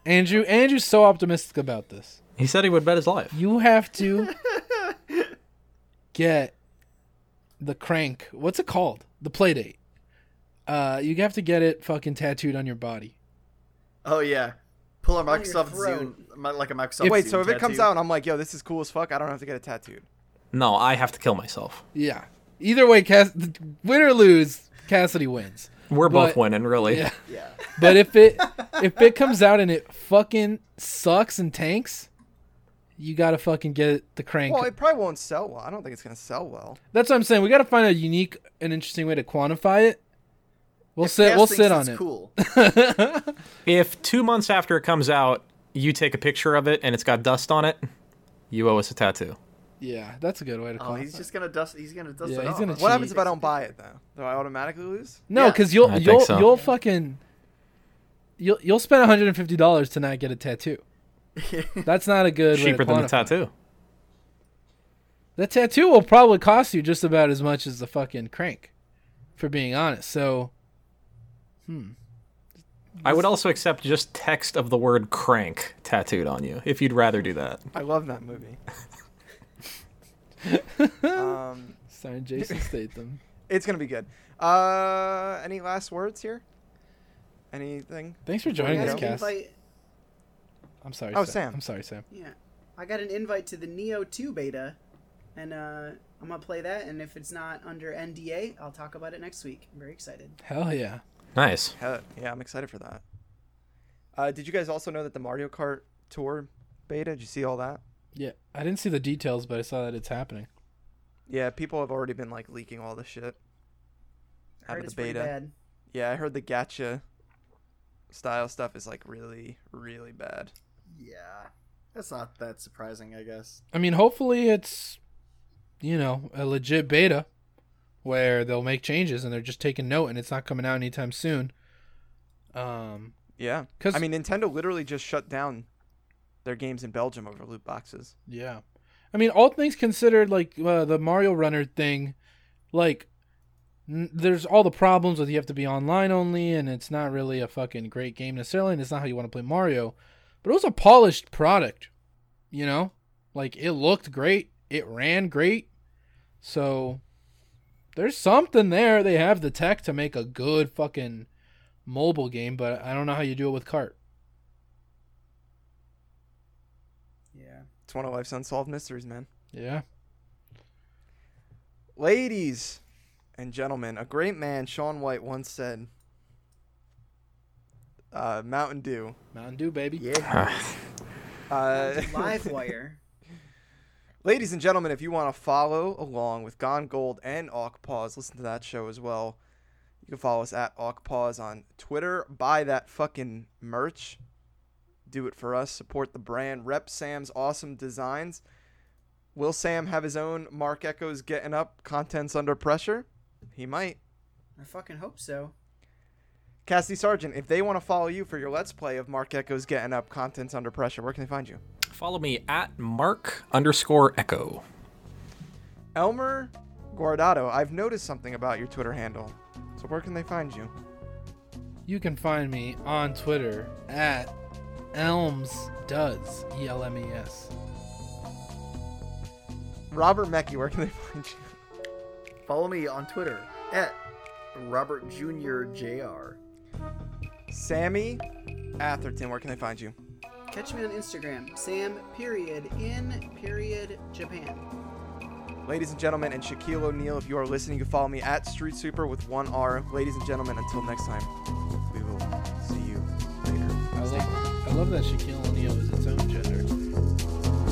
S4: Andrew, Andrew's so optimistic about this.
S5: He said he would bet his life.
S4: You have to get the crank. What's it called? The play date. Uh, you have to get it fucking tattooed on your body.
S3: Oh yeah, pull a
S2: On your
S3: Microsoft
S2: throat.
S3: Zoom, mi- like a Microsoft.
S1: Wait,
S3: Zune
S1: so if it comes
S3: tattoo.
S1: out, and I'm like, yo, this is cool as fuck. I don't have to get it tattooed.
S5: No, I have to kill myself.
S4: Yeah. Either way, Cass- win or lose, Cassidy wins.
S5: We're both
S4: But-
S5: winning, really.
S4: Yeah.
S3: yeah,
S4: But if it if it comes out and it fucking sucks and tanks, you gotta fucking get the crank.
S1: Well, it probably won't sell well. I don't think it's gonna sell well.
S4: That's what I'm saying. We got to find a unique and interesting way to quantify it. We'll sit. We'll
S3: Cass
S4: sit
S3: thinks
S4: on
S3: it's
S4: it.
S3: Cool.
S5: If two months after it comes out, you take a picture of it and it's got dust on it, you owe us a tattoo.
S4: Yeah, that's a good way to
S3: Oh,
S4: quantify.
S3: he's just gonna dust. He's gonna dust
S4: Yeah,
S3: it
S4: he's
S3: off.
S4: gonna
S1: What
S4: Jeez.
S1: happens if I don't buy it though? Do I automatically lose?
S4: no,
S3: yeah.
S4: because
S5: I
S4: you'll
S5: think
S4: you'll
S5: so.
S4: you'll fucking you'll you'll spend one hundred and fifty dollars to not get a tattoo. That's not a good way
S5: Cheaper
S4: to
S5: than the
S4: quantify it.
S5: tattoo.
S4: The tattoo will probably cost you just about as much as the fucking crank, for being honest. So
S5: I would also accept just text of the word crank tattooed on you if you'd rather do that.
S1: I love that movie. um,
S4: sign Jason Statham.
S1: it's gonna be good. Uh, any last words here? Anything?
S4: Thanks for
S1: I
S4: joining
S1: guess
S4: us,
S1: we
S4: Cass.
S2: invite,
S4: I'm sorry.
S1: Oh,
S4: Sam.
S1: Sam.
S4: I'm sorry, Sam.
S2: yeah, I got an invite to the Neo Two beta, and uh, I'm gonna play that. And if it's not under NDA, I'll talk about it next week. I'm very excited.
S4: Hell yeah.
S5: Nice.
S1: Hell, yeah, I'm excited for that. Uh, did you guys also know that the Mario Kart Tour beta? Did you see all that?
S4: Yeah. I didn't see the details, but I saw that it's happening.
S1: Yeah, people have already been like leaking all the shit
S2: I
S1: out
S2: heard
S1: of
S2: it's
S1: the
S2: pretty
S1: beta.
S2: bad.
S1: Yeah, I heard the gacha style stuff is like really, really bad.
S3: Yeah, that's not that surprising, I guess.
S4: I mean, hopefully it's, you know, a legit beta where they'll make changes and they're just taking note and it's not coming out anytime soon. Um,
S1: Yeah,
S4: 'Cause-
S1: I mean, Nintendo literally just shut down their games in Belgium over loot boxes.
S4: yeah. I mean, all things considered, like uh, the Mario Runner thing, like, n- there's all the problems with you have to be online only and it's not really a fucking great game necessarily and it's not how you want to play Mario. But it was a polished product, you know? Like, it looked great, it ran great. So there's something there. They have the tech to make a good fucking mobile game, but I don't know how you do it with cart.
S2: Yeah.
S1: It's one of life's unsolved mysteries, man.
S4: Yeah.
S1: Ladies and gentlemen, a great man, Sean White, once said, uh, "Mountain Dew."
S4: Mountain Dew, baby.
S3: Yeah,
S1: Uh,
S2: Live wire.
S1: Ladies and gentlemen, if you want to follow along with Gone Gold and Awk Paws, listen to that show as well. You can follow us at Awk Paws on Twitter. Buy that fucking merch. Do it for us. Support the brand. Rep Sam's awesome designs. Will Sam have his own Mark Echoes Getting Up contents under pressure? He might.
S2: I fucking hope so.
S1: Cassidy Sargent, if they want to follow you for your Let's Play of Mark Echoes Getting Up contents under pressure, where can they find you?
S5: Follow me at mark underscore echo.
S1: Elmer Guardado, I've noticed something about your Twitter handle. So where can they find you?
S4: You can find me on Twitter at Elms Does E L M E S.
S1: Robert Mecki, where can they find you?
S3: follow me on Twitter at Robert Junior Jr.
S1: Sammy Atherton, where can they find you?
S2: Catch me on Instagram, Sam period in period Japan.
S1: Ladies and gentlemen, and Shaquille O'Neal, if you are listening, you can follow me at Street Super with one R. Ladies and gentlemen, until next time, we will see you later.
S4: I love, I love that Shaquille O'Neal is its own gender.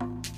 S4: Bye.